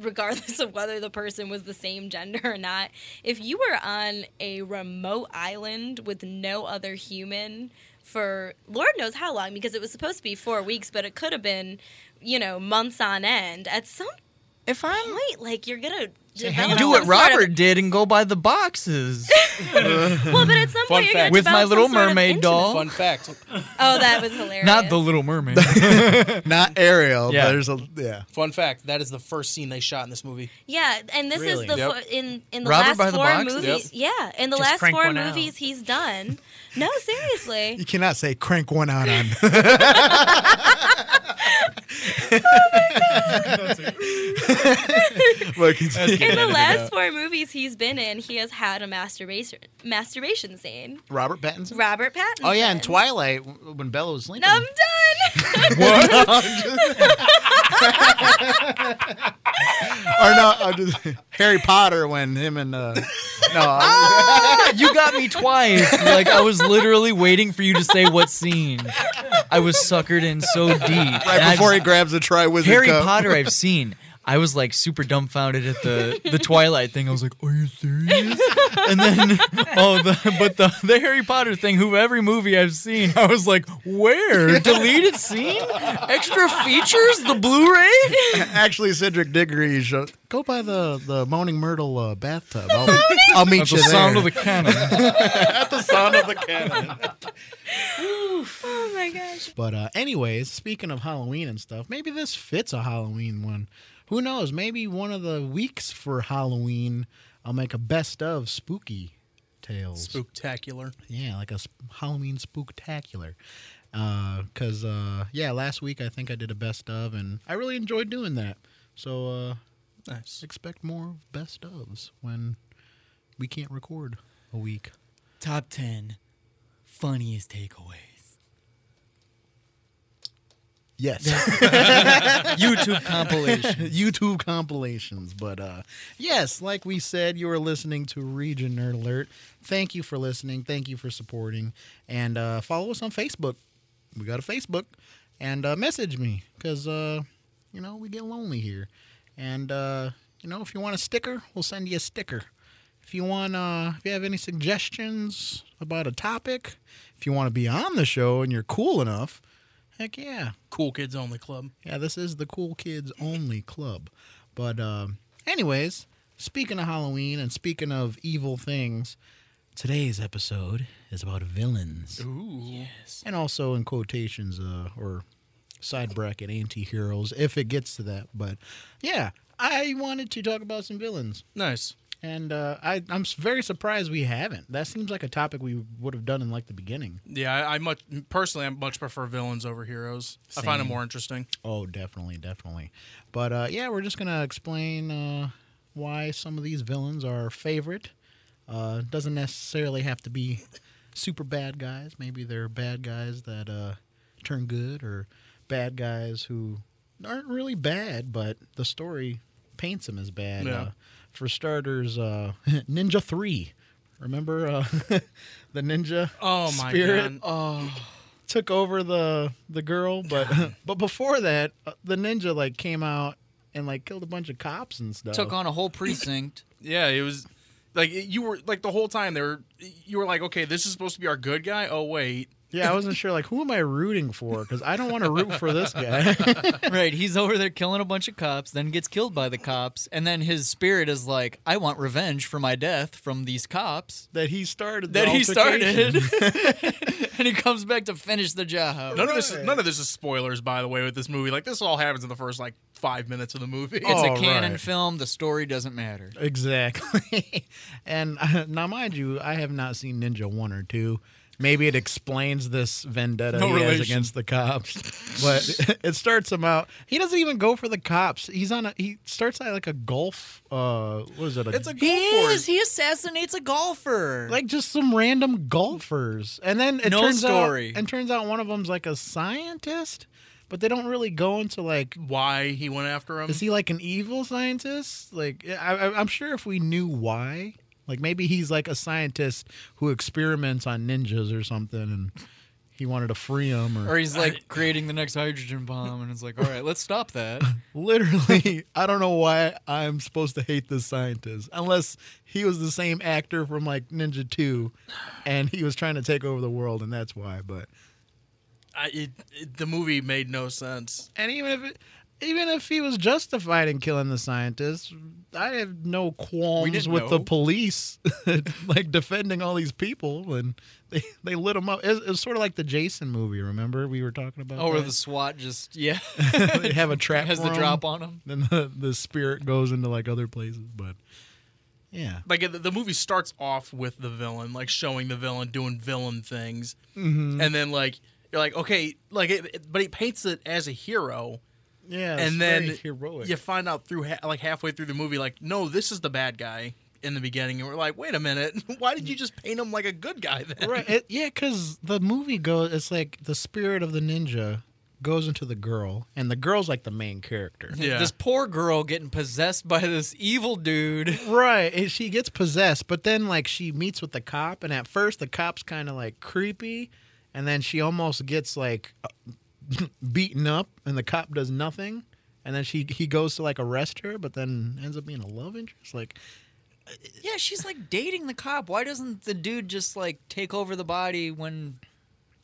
F: regardless of whether the person was the same gender or not, if you were on a remote island with no other human for Lord knows how long, because it was supposed to be four weeks, but it could have been, you know, months on end. At some
E: If I'm
F: point, like you're gonna
A: hang
F: develop
E: do
F: some
E: what
F: sort of-
E: Robert did and go by the boxes
F: well, but at some
C: Fun
F: point, you're gonna
C: fact.
E: With my
F: develop some
E: Little
F: sort of
E: Mermaid doll.
C: Fun fact.
F: intimacy. Oh, that was hilarious.
E: not the Little Mermaid.
A: not Ariel
E: Yeah.
A: but there's a yeah
C: Fun fact. That is the first scene they shot in this movie.
F: Yeah, and this
A: Really?
F: is the
C: Yep.
F: fo- in in the
E: Robert
F: last
E: by the
F: four
E: Box?
F: movies. Yeah, in the
G: Just
F: last
G: crank
F: four
G: one out.
F: movies he's done. No, seriously.
A: You cannot say crank one out on. Look, it's-
E: That's
F: In
E: good.
F: the
E: Edited
F: last
E: out.
F: four movies he's been in, he has had a masturbation masturbation scene.
A: Robert Pattinson.
F: Robert Pattinson.
A: Oh yeah, in Twilight w- when Bella was sleeping.
F: No, I'm done.
A: What? or no, I'm just, Harry Potter when him and uh, no, I-
E: Ah, you got me twice. Like I was literally waiting for you to say what scene. I was suckered in so deep. And
A: right
E: I
A: before he
E: just-
A: grabs the Triwizard
E: Harry
A: cup.
E: Potter, I've seen. I was like super dumbfounded at the the Twilight thing. I was like, "Are you serious?" And then, oh, the, but the the Harry Potter thing. Who every movie I've seen, I was like, "Where deleted scene, extra features, the Blu-ray."
A: Actually, Cedric Diggory. sh- Go by the the Moaning Myrtle uh, bathtub. I'll, I'll meet
E: At
A: you
E: the sound
A: there.
E: of the cannon.
A: At the sound of the cannon.
F: oh my gosh.
A: But uh, anyways, speaking of Halloween and stuff, maybe this fits a Halloween one. Who knows? Maybe one of the weeks for Halloween, I'll make a best of spooky tales.
C: Spooktacular.
A: Yeah, like a sp- Halloween spooktacular. Because uh, yeah, last week I think I did a best of, and I really enjoyed doing that. So uh,
C: Nice.
A: expect more best ofs when we can't record a week.
E: Top ten funniest takeaways.
A: Yes.
E: YouTube compilation.
A: YouTube compilations. But uh, yes, like we said, you are listening to Region Nerd Alert. Thank you for listening. Thank you for supporting. And uh, follow us on Facebook. We got a Facebook. And uh, message me because, uh, you know, we get lonely here. And, uh, you know, if you want a sticker, we'll send you a sticker. If you want, uh, if you have any suggestions about a topic, if you want to be on the show and you're cool enough, heck yeah,
C: Cool Kids Only Club.
A: yeah, this is the cool kids only club. But um, anyways, speaking of Halloween and speaking of evil things, today's episode is about villains
C: Ooh.
A: and also in quotations uh, or side bracket anti-heroes if it gets to that. But yeah, I wanted to talk about some villains.
C: Nice.
A: And uh, I, I'm s- very surprised we haven't. That seems like a topic we would have done in like the beginning.
C: Yeah, I, I much personally, I much prefer villains over heroes. I find them
A: Same.
C: more interesting.
A: Oh, definitely, definitely. But uh, yeah, we're just gonna explain uh, why some of these villains are our favorite. Uh, doesn't necessarily have to be super bad guys. Maybe they're bad guys that uh, turn good, or bad guys who aren't really bad, but the story paints them as bad.
C: Yeah.
A: Uh, for starters, uh, Ninja Three. Remember uh, the ninja?
C: Oh my
A: Spirit
C: god. Oh.
A: took over the the girl, but but before that, uh, the ninja like came out and like killed a bunch of cops and stuff.
E: Took on a whole precinct.
C: Yeah, it was like you were like the whole time they were you were like, okay, this is supposed to be our good guy. Oh wait,
A: Yeah, I wasn't sure. Like, who am I rooting for? Because I don't want to root for this guy.
H: Right, he's over there killing a bunch of cops, then gets killed by the cops, and then his spirit is like, I want revenge for my death from these cops
A: that he started. the
H: that he
A: altercation.
H: started. and he comes back to finish the job.
C: None of this, none of this is spoilers, by the way, with this movie. Like this all happens in the first like five minutes of the movie.
H: It's
A: All
H: a canon
A: right.
H: film, the story doesn't matter.
A: Exactly. and uh, now, mind you, I have not seen Ninja One or Two. Maybe it explains this vendetta
C: No
A: he has
C: relation.
A: against the cops, but it starts him out. He doesn't even go for the cops. He's on a. He starts at like a golf. Uh, what is it?
C: It's a
H: He
C: golf
H: is. He assassinates a golfer.
A: like just some random golfers, and then it
H: No
A: turns
H: story.
A: out and turns out one of them's like a scientist, but they don't really go into like
C: Why he went after him?
A: Is he like an evil scientist? Like, I, I, I'm sure if we knew why, like maybe he's like a scientist who experiments on ninjas or something, and he wanted to free them. Or,
H: or he's like creating the next hydrogen bomb, and it's like, all right, let's stop that.
A: literally, I don't know why I'm supposed to hate this scientist, unless he was the same actor from like Ninja Two, and he was trying to take over the world, and that's why. But
C: I, it, it, the movie made no sense.
A: and even if it, even if he was justified in killing the scientists, I have no qualms
H: didn't
A: with the
H: know.
A: police like defending all these people and they, they lit them up. It was, it was sort of like the Jason movie. Remember we were talking about?
H: Oh, or
A: that?
H: the SWAT just yeah
A: they have a trap.
H: has
A: for
H: the
A: 'em,
H: drop on him.
A: Then the, the spirit goes into like other places, but yeah,
C: Like the, the movie starts off with the villain, like showing the villain doing villain things,
A: Mm-hmm.
C: and then like you're like okay, like it, it- but he paints it as a hero,
A: yeah, it's
C: and then
A: very heroic.
C: you find out through ha- like halfway through the movie, like no, this is the bad guy in the beginning, and we're like, wait a minute, why did you just paint him like a good guy then?
A: right? It, yeah, because the movie goes. It's like the spirit of the ninja goes into the girl, and the girl's like the main character.
C: Yeah.
H: This poor girl getting possessed by this evil dude.
A: Right. And she gets possessed, but then like she meets with the cop and at first the cop's kind of like creepy and then she almost gets like beaten up and the cop does nothing and then she he goes to like arrest her but then ends up being a love interest like
H: Yeah, she's like dating the cop. Why doesn't the dude just like take over the body when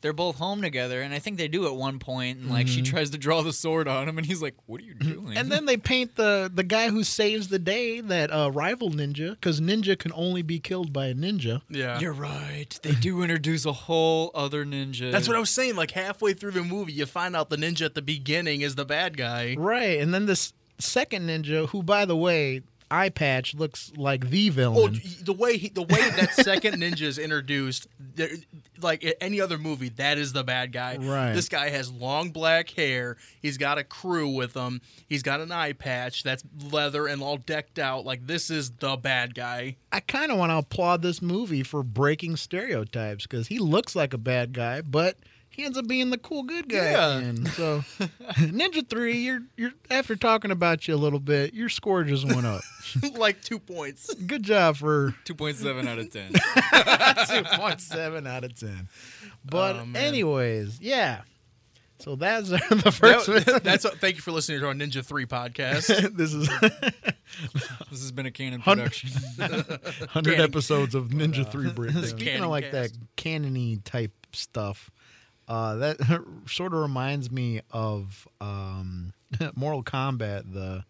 H: they're both home together? And I think they do at one point, and like she tries to draw the sword on him, and he's like, "What are you doing?"
A: Mm-hmm. and then they paint the the guy who saves the day that uh, rival ninja cuz ninja can only be killed by a ninja.
C: Yeah.
H: You're right. They do introduce a whole other ninja.
C: That's what I was saying. Like halfway through the movie, you find out the ninja at the beginning is the bad guy.
A: Right. And then this second ninja who by the way eye patch looks like the
C: Oh,
A: villain.
C: the way he, the way that second ninja is introduced, there- like in any other movie, that is the bad guy.
A: Right.
C: This guy has long black hair. He's got a crew with him. He's got an eye patch that's leather and all decked out. Like this is the bad guy.
A: I kind of want to applaud this movie for breaking stereotypes because he looks like a bad guy, but he ends up being the cool good guy.
C: Yeah.
A: And so, Ninja Three, you're you're after talking about you a little bit, your score just went up.
C: like two points.
A: good job for
H: Two point seven out of ten.
A: two point seven out of ten. But
C: Oh, man.
A: anyways, yeah. So that's the first.
C: That- that's what, thank you for listening to our Ninja Three podcast.
A: this is
H: this has been a canon
A: Hun-
H: production.
A: hundred episodes of Ninja Three Brick. Speaking
C: Cannon
A: of like that
C: cast.
A: cannony type stuff, uh, that sort of reminds me of um, Mortal Kombat. The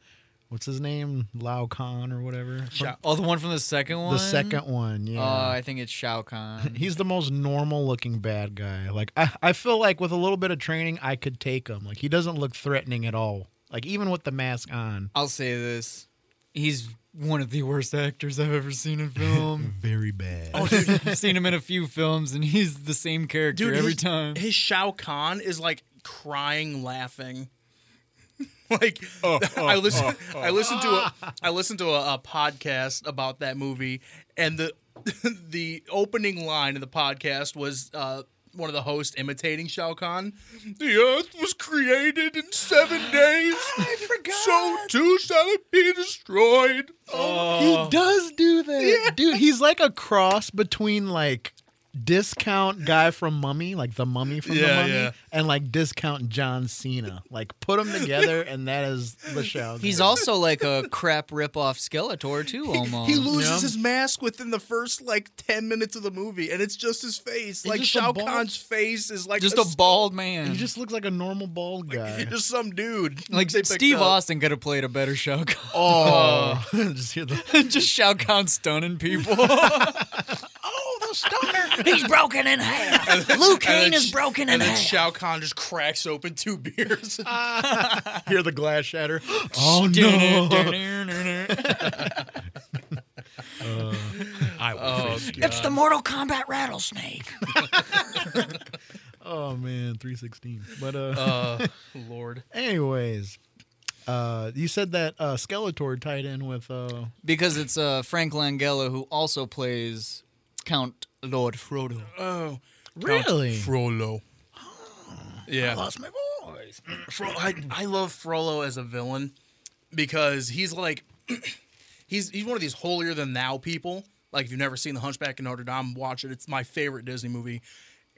A: what's his name, Lao Khan or whatever.
C: Shao-
H: oh, the one from the second one.
A: The second one, yeah.
H: Uh, I think it's Shao Kahn.
A: He's the most normal looking bad guy. Like I, I feel like with a little bit of training, I could take him. Like he doesn't look threatening at all. Like even with the mask on.
H: I'll say this. He's one of the worst actors I've ever seen in film.
A: Very bad.
H: I've seen him in a few films, and he's the same character every
C: his,
H: time.
C: His Shao Kahn is like crying, laughing. like I listen, I listened to a, I listened to a, a podcast about that movie, and the the opening line of the podcast was. Uh, one of the hosts imitating Shao Kahn. The earth was created in seven days. I forgot. So too shall it be destroyed.
A: Oh, He does do that. Dude, he's like a cross between like discount guy from Mummy, like the Mummy from the
C: Yeah,
A: Mummy,
C: yeah.
A: and like discount John Cena. Like put them together, and that is the show.
H: He's also like a crap ripoff Skeletor too, almost.
C: He loses
A: Yeah.
C: his mask within the first like ten minutes of the movie, and it's just his face. like
A: just a
C: Shao
A: bald-
C: Kahn's face is like
H: just
C: a
H: a bald man.
A: he just looks like a normal bald guy.
C: just some dude.
H: like
C: they picked
H: Steve
C: up.
H: Austin could have played a better Shao Kahn.
A: Oh, just hear the
H: just Shao Kahn stunning people.
A: oh the stunner.
H: He's broken in half. Luke
C: And
H: Kane
C: then
H: is
C: Sh-
H: broken in
C: And then
H: half.
C: Shao Kahn just cracks open two beers.
A: hear the glass shatter. Oh no.
H: it's
C: oh,
H: the Mortal Kombat rattlesnake.
A: Oh man, three sixteen. But uh,
C: uh, Lord.
A: anyways. Uh, you said that uh, Skeletor tied in with uh,
H: Because it's uh, Frank Langella who also plays Count Lord Frodo.
C: Oh,
A: Really?
C: Frollo. Yeah,
A: lost my voice.
C: Fro- I, I love Frollo as a villain because he's like he's he's one of these holier than thou people. Like if you've never seen The Hunchback of Notre Dame, watch it. It's my favorite Disney movie,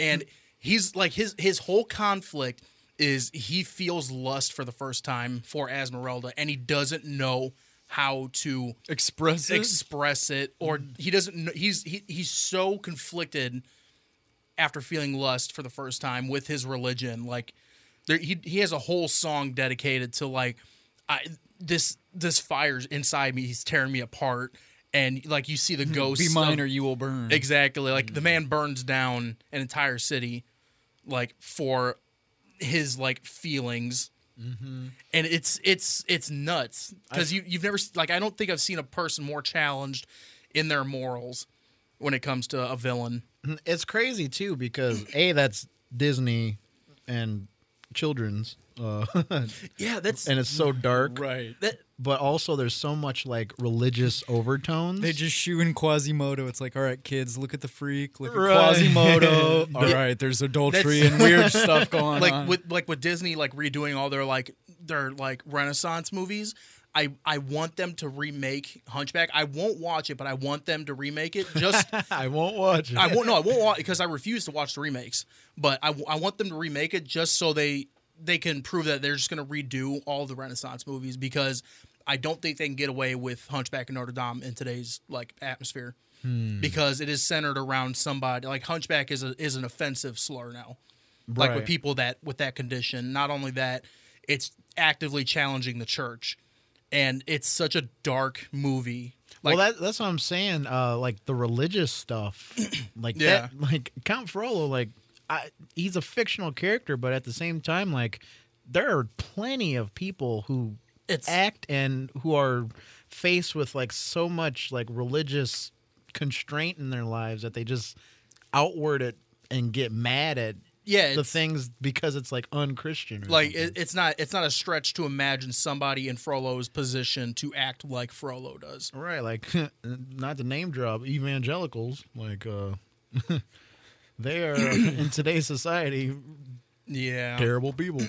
C: and he's like his his whole conflict is he feels lust for the first time for Esmeralda, and he doesn't know how to
H: Express
C: express it or he doesn't know, he's he, he's so conflicted after feeling lust for the first time with his religion like there, he he has a whole song dedicated to like I this this fire's inside me he's tearing me apart and like you see the ghost
H: Hmm, Be mine or you will
C: Mm-hmm.
H: burn.
C: exactly like the man burns down an entire city like for his like feelings and it's it's it's nuts because you you've never s- like I don't think I've seen a person more challenged in their morals when it comes to a villain.
A: It's crazy too because a that's Disney and children's, uh,
C: Yeah, that's
A: and it's so dark.
C: right.
A: But also, there's so much like religious overtones.
I: They just shoe in Quasimodo. It's like, all right, kids, look at the freak, look at
A: Right.
I: Quasimodo. All right, there's adultery
C: That's-
I: and weird stuff going on.
C: like with like with Disney like redoing all their like their like Renaissance movies. I, I want them to remake Hunchback. I won't watch it, but I want them to remake it. Just
A: I won't watch it.
C: I won't. No, I won't watch because I refuse to watch the remakes. But I, w- I want them to remake it just so they they can prove that they're just going to redo all the Renaissance movies because I don't think they can get away with Hunchback of Notre Dame in today's like atmosphere
A: Hmm.
C: because it is centered around somebody like Hunchback is a, is an offensive slur now, like with
A: Right.
C: people that with that condition. Not only that, it's actively challenging the church, and it's such a dark movie. Like,
A: well, that, that's what I'm saying. Uh, like the religious stuff, like
C: Yeah.
A: that, like Count Frollo, like I, he's a fictional character, but at the same time, like there are plenty of people who
C: It's-
A: act and who are faced with like so much like religious constraint in their lives that they just outward it and get mad at
C: yeah,
A: the
C: it's-
A: things because it's like unchristian. or
C: like
A: something.
C: it, it's not it's not a stretch to imagine somebody in Frollo's position to act like Frollo does.
A: Right, like not to name drop evangelicals, like uh they are in today's society
C: Yeah,
A: terrible people.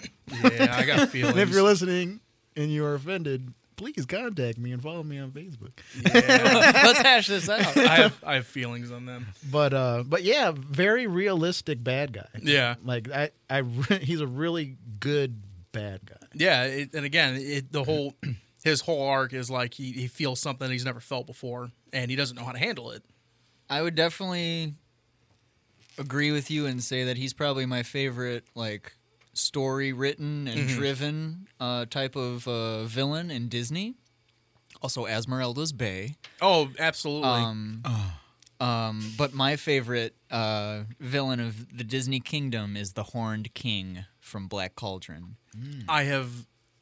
C: yeah, I got feelings.
A: and if you're listening and you are offended, please contact me and follow me on Facebook.
C: yeah,
H: Let's hash this out.
C: I have I have feelings on them.
A: But uh but yeah, very realistic bad guy.
C: Yeah,
A: Like I I re- he's a really good bad guy.
C: yeah, it, and again, it, the whole his whole arc is like he, he feels something he's never felt before, and he doesn't know how to handle it.
H: I would definitely agree with you and say that he's probably my favorite, like story written and
C: Mm-hmm.
H: driven uh, type of uh, villain in Disney. Also, Esmeralda's Bay.
C: Oh, absolutely.
H: Um, um, but my favorite uh, villain of the Disney Kingdom is the Horned King from Black Cauldron.
C: I have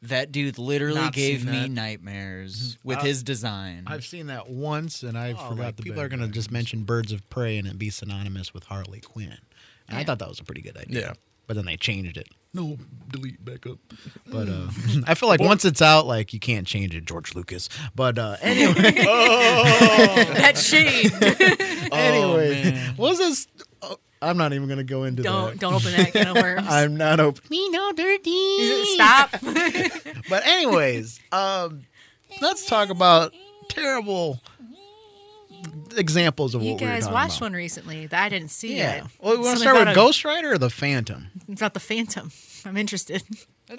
H: That dude literally
C: Not
H: gave
C: seen
H: me
C: that. Mm-hmm.
H: nightmares with his design.
A: I've seen that once and I forgot
J: Oh, like,
A: the
J: people
A: bad
J: are going
A: guy.
J: to just mention Birds of Prey and it be synonymous with Harley Quinn. And I
H: Yeah.
J: thought that was a pretty good idea.
C: Yeah.
J: But then they changed it.
A: no delete back up.
J: But uh,
A: Hmm.
J: I feel like once it's out, like you can't change it, George Lucas. But uh, anyway,
D: That shade.
A: Oh, anyway, what was this? oh, I'm not even going to go into
D: don't
A: that.
D: don't open that can of worms.
A: I'm not opening no dirty.
D: Stop.
A: But anyways, um, let's talk about terrible examples of
D: You
A: what we were
D: guys
A: talking
D: watched
A: about.
D: one recently that I didn't see
A: Yeah.
D: yet.
A: Well, we want to
D: Something
A: start with
D: about a-
A: Ghost Rider or the Phantom?
D: About the Phantom. I'm interested.
H: It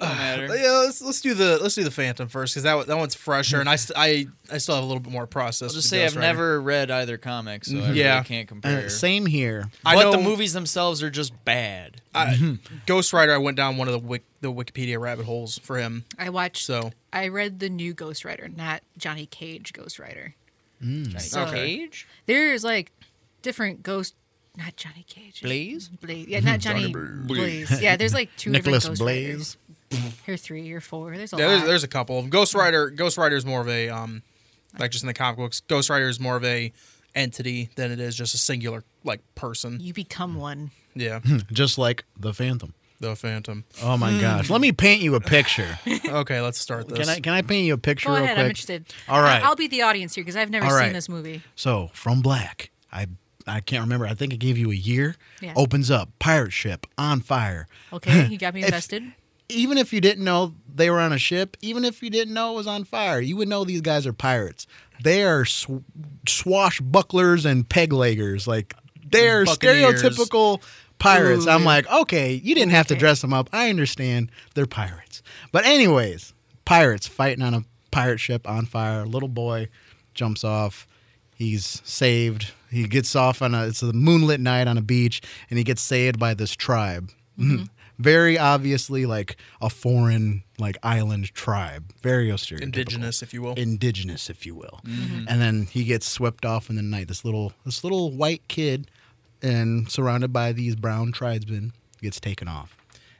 H: don't matter.
C: Yeah, let's, let's do the let's do the Phantom first because that one- that one's fresher, and I, st- I I still have a little bit more process.
H: I'll
C: with
H: just say I've
C: Ghost Rider.
H: never read either comic, so I really
C: Mm-hmm. Yeah.
H: can't compare.
A: Uh, same here.
C: I
H: but the
C: know-
H: movies themselves are just bad.
C: I, Ghost Rider. I went down one of the wik- the Wikipedia rabbit holes for him.
D: I watched.
C: So
D: I read the new Ghost Rider, not Johnny Cage Ghost Rider.
A: Mm,
D: So-
H: Cage?
D: There's like different ghost, not Johnny Cage.
H: Blaze?
D: Blaze. Yeah, not Johnny, Blaze. Yeah, there's like two
A: Nicholas
D: different Ghost
A: Blaze.
D: Riders. Here three or four. There's a
C: yeah,
D: lot.
C: there's, there's a couple of 'em. Ghost Rider. Ghost Rider is more of a um, like just in the comic books. Ghost Rider is more of a entity than it is just a singular like person.
D: you become one.
C: Yeah,
A: Just like the Phantom.
C: the Phantom.
A: Oh my
D: Hmm.
A: gosh. Let me paint you a picture.
C: Okay, let's start this.
A: Can I can I paint you a picture
D: Go
A: real
D: ahead.
A: quick?
D: I'm interested.
A: All right.
D: I- I'll be the audience here because I've never
A: All right.
D: seen this movie.
A: So from Black, I I can't remember. I think I gave you a year.
D: Yeah.
A: Opens up pirate ship on fire.
D: Okay, you got me
A: If-
D: invested.
A: Even if you didn't know they were on a ship, even if you didn't know it was on fire, you would know these guys are pirates. They are sw- swashbucklers and peg leggers. Like they're
C: Buccaneers.
A: stereotypical pirates. I'm like, okay, you didn't have to
D: Okay.
A: dress them up. I understand they're pirates. But anyways, pirates fighting on a pirate ship on fire. Little boy jumps off. He's saved. He gets off on a it's a moonlit night on a beach, and he gets saved by this tribe. Very obviously, like a foreign, like island tribe. Very stereotypical
C: Indigenous, if you will.
A: indigenous, if you will.
H: Mm-hmm.
A: And then he gets swept off in the night. This little this little white kid, and surrounded by these brown tribesmen, gets taken off.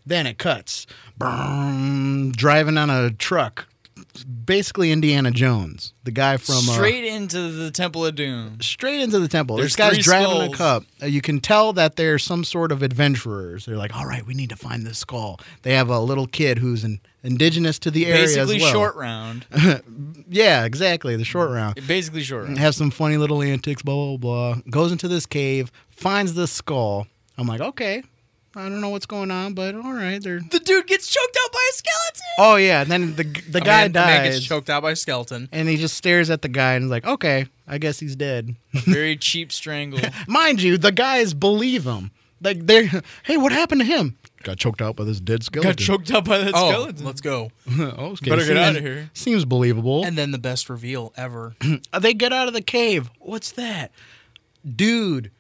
A: Then it cuts, Brrrm, driving on a truck, basically Indiana Jones, the guy from uh,
H: Straight into the Temple of Doom.
A: straight into the temple.
H: There's
A: this guy's
H: three
A: driving a
H: skulls.
A: cup. Uh, You can tell that they're some sort of adventurers. They're like, all right, we need to find this skull. They have a little kid who's an indigenous to the area
H: Basically
A: as well.
H: short round.
A: Yeah, exactly. The short round.
H: Basically short round.
A: Have some funny little antics, blah, blah, blah. Goes into this cave, finds this skull. I'm like, okay, I don't know what's going on, but all right. They're...
H: The dude gets choked out by a skeleton.
A: Oh, yeah. And then the, the
C: A
A: guy
C: man, a man gets
A: dies.
C: choked out by a skeleton.
A: and he just stares at the guy and is like, okay, I guess he's dead.
H: Very cheap strangle.
A: Mind you, the guys believe him. Like, they're, hey, what happened to him? Got choked out by this dead skeleton.
H: Got choked out by that
C: Oh,
H: skeleton.
C: let's go.
A: oh, okay.
H: Better get
A: seems-
H: outta here.
A: Seems believable.
C: And then the best reveal ever.
A: Uh, They get out of the cave. What's that? Dude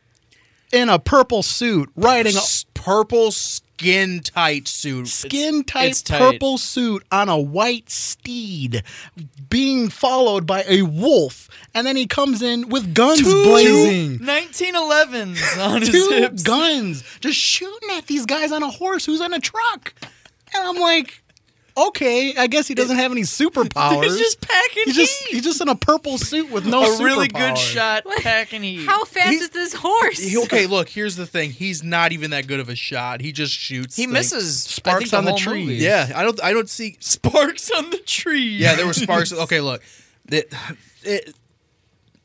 A: in a purple suit riding a
C: S- purple skin tight suit.
A: skin tight
H: it's tight.
A: purple suit on a white steed being followed by a wolf and then he comes in with guns blazing
H: 1911s on his
A: two
H: hips.
A: guns just shooting at these guys on a horse who's in a truck and i'm like okay i guess he doesn't have any superpowers
H: He's just packing
A: he's just
H: heat.
A: he's just in a purple suit with no
H: a really good
A: superpowers.
H: shot packing heat.
D: How fast
C: He's-
D: is this horse?
C: He- okay, look, here's the thing. He's not even that good of a shot. He just shoots.
H: he
C: things.
H: misses
A: Sparks
H: I think, the
A: on the
H: whole
A: trees.
H: movie.
C: Yeah, I don't I don't see
H: Sparks on the tree.
C: Yeah, there were sparks. Okay, look, it, it,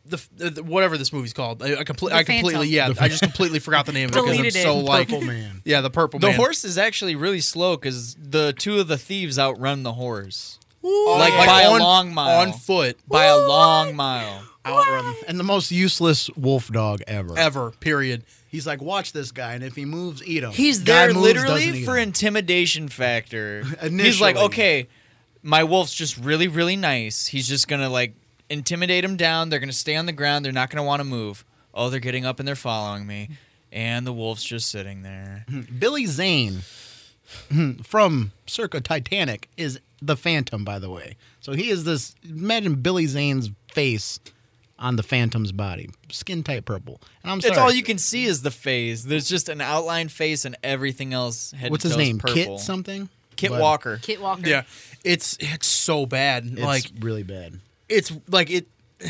C: the, the whatever this movie's called, I, I, comple-
D: The
C: I completely
D: Phantom.
C: yeah, I just completely forgot the name of it because I'm
D: Deleted it.
C: so like
A: Purple man.
C: yeah, the purple
H: The
C: man.
H: horse is actually really slow because the two of the thieves outrun the horse
C: Oh,
H: like by a
C: on-
H: long mile.
C: on foot
H: by a long mile.
A: outrun and the most useless wolf dog ever.
C: ever. Period.
A: He's like, watch this guy, and if he moves, eat him.
H: He's
A: Guy
H: there
A: moves, doesn't
H: literally
A: eat
H: for
A: him.
H: intimidation factor. He's like,
A: Initially.
H: okay, my wolf's just really, really nice. He's just gonna like intimidate them down. They're gonna stay on the ground. They're not gonna want to move. Oh, they're getting up and they're following me. And the wolf's just sitting there.
A: Billy Zane from circa Titanic is the Phantom, by the way. So he is this. Imagine Billy Zane's face on the Phantom's body, skin tight purple. And I'm sorry,
H: It's all you can see is the face. There's just an outline face and everything else. Head to
A: What's his
H: toe is
A: name?
H: Purple.
A: Kit something.
H: Kit
A: But
H: Walker.
D: Kit Walker.
C: Yeah, it's it's so bad.
A: It's
C: like
A: really bad.
C: it's like it.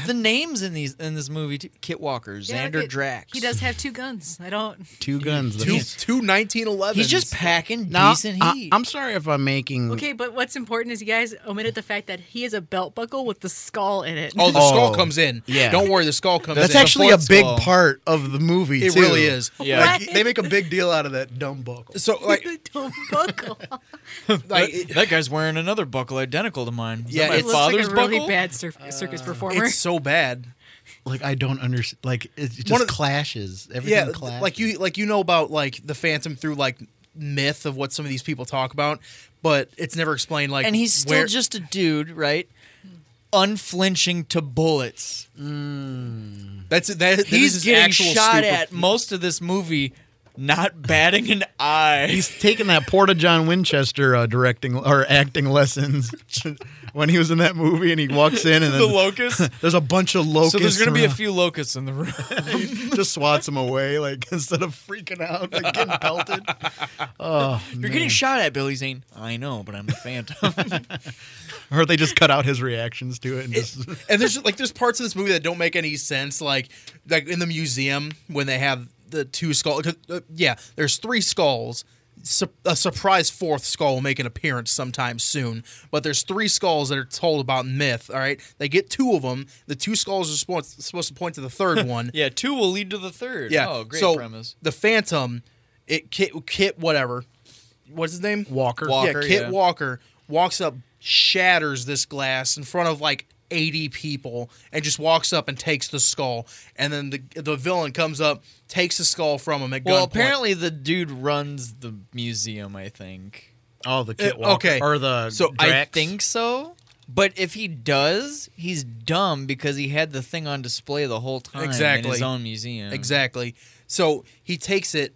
H: The names in these in this movie: too. Kit Walker,
D: Yeah,
H: Xander
D: it-
H: Drax.
D: He does have two guns. I don't.
A: Two guns.
C: Two, two 1911s.
H: He's just packing
A: Now,
H: decent
A: I,
H: heat.
A: I'm sorry if I'm making.
D: Okay, but what's important is you guys omitted the fact that he has a belt buckle with the skull in it.
C: Oh, the
A: Oh,
C: skull comes in.
A: yeah.
C: don't worry, the skull comes
A: That's
C: in.
A: actually a
H: fourth
A: big
H: skull.
A: part of the movie.
C: it
A: too.
C: really is.
H: yeah.
D: What?
A: they make a big deal out of that dumb buckle.
C: So like
D: the dumb buckle.
C: like
H: that, that guy's wearing another buckle identical to mine. Is
C: Yeah,
H: that my
C: it
D: it looks
H: father's
D: like a really
H: buckle.
D: bad cir- circus performer.
C: it's so bad.
A: like I don't understand. Like it just
C: One of the-
A: clashes. Everything
C: yeah,
A: clashes.
C: like you like you know about like the Phantom through like myth of what some of these people talk about, but it's never explained. Like,
H: and he's still
C: where-
H: just a dude, right? Unflinching to bullets.
A: Hmm.
C: that's that. that is
H: He's
C: his
H: getting
C: actual
H: shot
C: stupid-
H: at most of this movie, not batting an eye.
G: He's taking that Porta John Winchester uh, directing or acting lessons when he was in that movie, and he walks in and
H: the
G: then
H: locust. so
G: there's a bunch of locusts.
H: there's gonna be a
G: around.
H: few locusts in the room.
G: just swats him away, like instead of freaking out, like getting pelted. Oh,
H: You're getting shot at, Billy Zane. I know, but I'm the Phantom.
G: or they just cut out his reactions to it and just
C: and there's like there's parts of this movie that don't make any sense like like in the museum when they have the two skull 'cause, uh, yeah there's three skulls Su- a surprise fourth skull will make an appearance sometime soon but there's three skulls that are told about in myth all right they get two of them the two skulls are supposed, supposed to point to the third one
H: yeah, two will lead to the third.
C: yeah
H: Oh, great
C: so
H: premise.
C: the phantom it kit, kit whatever what's his name
G: Walker.
H: Walker,
C: yeah, Kit
H: yeah.
C: Walker walks up, shatters this glass in front of like 80 people, and just walks up and takes the skull. And then the the villain comes up, takes the skull from him at
H: Well,
C: gunpoint.
H: apparently the dude runs the museum. I think.
G: Oh, the
C: Kit Walker- okay. or
G: the
C: So I
H: I think so. But if he does, he's dumb because he had the thing on display the whole time in
C: Exactly.
H: his own museum.
C: Exactly. So he takes it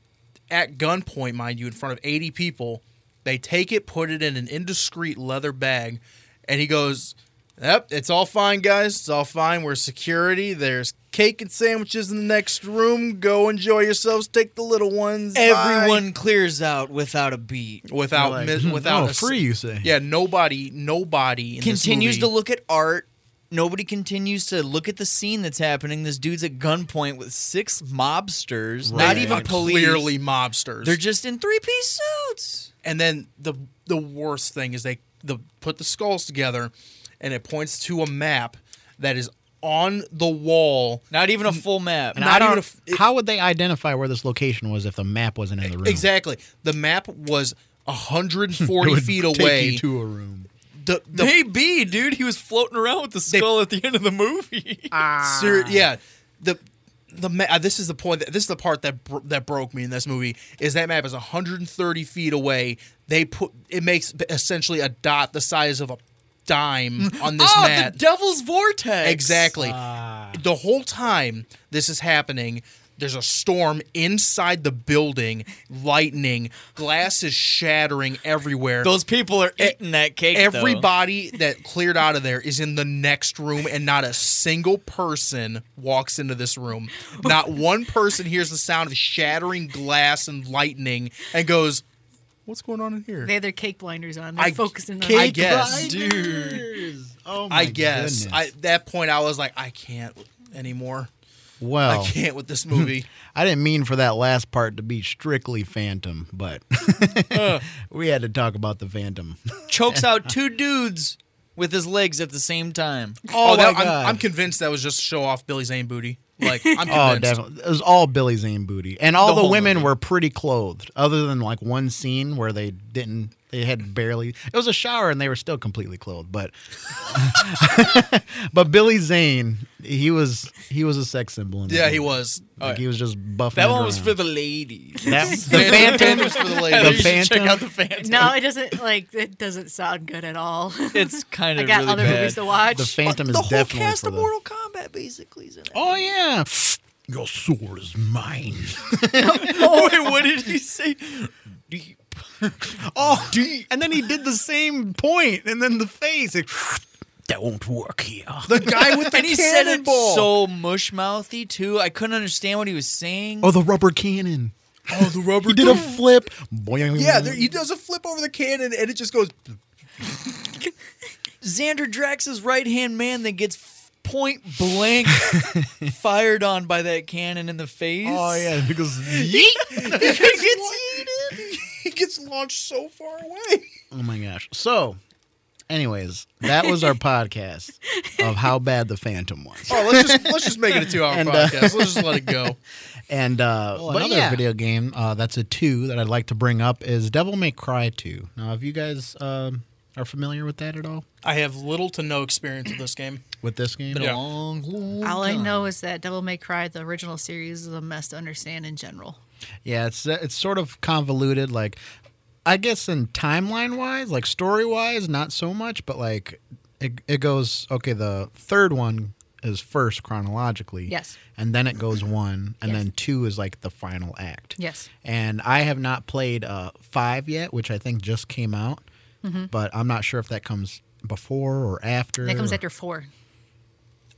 C: at gunpoint, mind you, in front of 80 people. They take it, put it in an indiscreet leather bag, and he goes, Yep, it's all fine, guys. It's all fine. We're security. There's cake and sandwiches in the next room. Go enjoy yourselves. Take the little ones. Bye."
H: Everyone clears out without a beat.
C: without mi- without
G: oh,
C: a s-
G: free, you say?
C: Yeah, nobody, nobody in this
H: continues
C: movie-
H: to look at art. Nobody continues to look at the scene that's happening. This dude's at gunpoint with six mobsters, not
G: Right.
H: even
C: Like,
H: police.
C: Clearly mobsters.
H: They're just in three piece suits.
C: and then the the worst thing is they the put the skulls together, and it points to a map that is on the wall.
H: Not even a full map.
C: not even a f- it-
A: How would they identify where this location was if the map wasn't in the room?
C: exactly. The map was hundred and forty
G: would
C: feet
G: take
C: away.
G: you to a room.
C: the, the
H: Maybe, dude. He was floating around with the skull at the end of the movie.
C: Ser- yeah, the the ma- uh, this is the point. That, this is the part that bro- that broke me in this movie is that map is 130 feet away. They put it makes essentially a dot the size of a dime on this
H: oh,
C: map.
H: the Devil's Vortex.
C: Exactly. The whole time this is happening, there's a storm inside the building, lightning, glass is shattering everywhere.
H: Those people are eating that cake. though.
C: E- Everybody that cleared out of there is in the next room, and not a single person walks into this room. Not one person hears the sound of shattering glass and lightning and goes, What's going on in here?
D: They had their cake blinders on. They're
C: I
D: focusing on
C: I guess.
A: dude. Oh my
C: I guess.
A: goodness.
C: I, at that point, I was like, I can't anymore.
A: well,
C: I can't with this movie.
A: I didn't mean for that last part to be strictly Phantom, but
C: Uh.
A: we had to talk about the Phantom.
H: chokes out two dudes with his legs at the same time.
C: Oh, that,
A: my God.
C: I'm, I'm convinced that was just to show off Billy Zane booty. Like I'm convinced.
A: Oh, definitely. It was all Billy Zane booty, and all
H: The
A: the,
H: whole
A: women
H: movie.
A: were pretty clothed, other than like one scene where they didn't. They had barely. It was a shower, and they were still completely clothed. But, but Billy Zane, he was he was a sex symbol. In that
C: Yeah, he
A: movie.
C: was.
A: Like, He was just buffing.
H: That
A: it
H: one was
A: around.
H: for the ladies.
A: That- the Phantom.
C: was for the
H: You
C: ladies.
H: should
A: Phantom?
H: Check out the Phantom.
D: No, it doesn't. Like it doesn't sound good at all.
H: It's kind
D: I
H: of
D: got
H: really
D: other
H: bad.
D: movies to watch.
A: The Phantom is
H: the whole
A: definitely
H: cast
A: for
H: of
A: the-
H: Mortal Kombat basically is in it.
A: Oh yeah. Your sword is mine.
H: Oh, wait, what did he say? Deep.
A: Oh, and then he did the same point, and then the face. It, that won't work here.
C: the guy with the
H: And he said it so mush mouthy too. I couldn't understand what he was saying.
A: Oh, the rubber cannon.
C: oh, the rubber.
A: He did a flip. Boing.
C: yeah, there, he does a flip over the cannon, and it just goes.
H: Xander Drax's right hand man that gets f- point blank fired on by that cannon in the face.
A: Oh yeah, because
C: He gets, he gets launched so far away.
A: oh my gosh. So, anyways, that was our podcast of how bad the Phantom was,
C: Oh, let's just let's just make it a two-hour
A: And, uh,
C: podcast. let's just let it go.
A: and uh,
G: Oh,
A: but
G: another
A: yeah. video game uh, that's a two that I'd like to bring up is Devil May Cry two. Now, have you guys um are familiar with that at all?
C: I have little to no experience with this game.
A: With this game?
C: Yeah.
K: Long, long
D: All I
K: time.
D: know is that Devil May Cry, the original series, is a mess to understand in general.
A: Yeah, it's it's sort of convoluted. Like, I guess in timeline wise, like story wise, not so much, but like it it goes okay. The third one is first chronologically.
D: Yes.
A: And then it goes one, and
D: Yes.
A: then two is like the final act.
D: Yes.
A: And I have not played uh, five yet, which I think just came out, but I'm not sure if that comes before or after.
D: Mm-hmm. That comes
A: or
D: after four.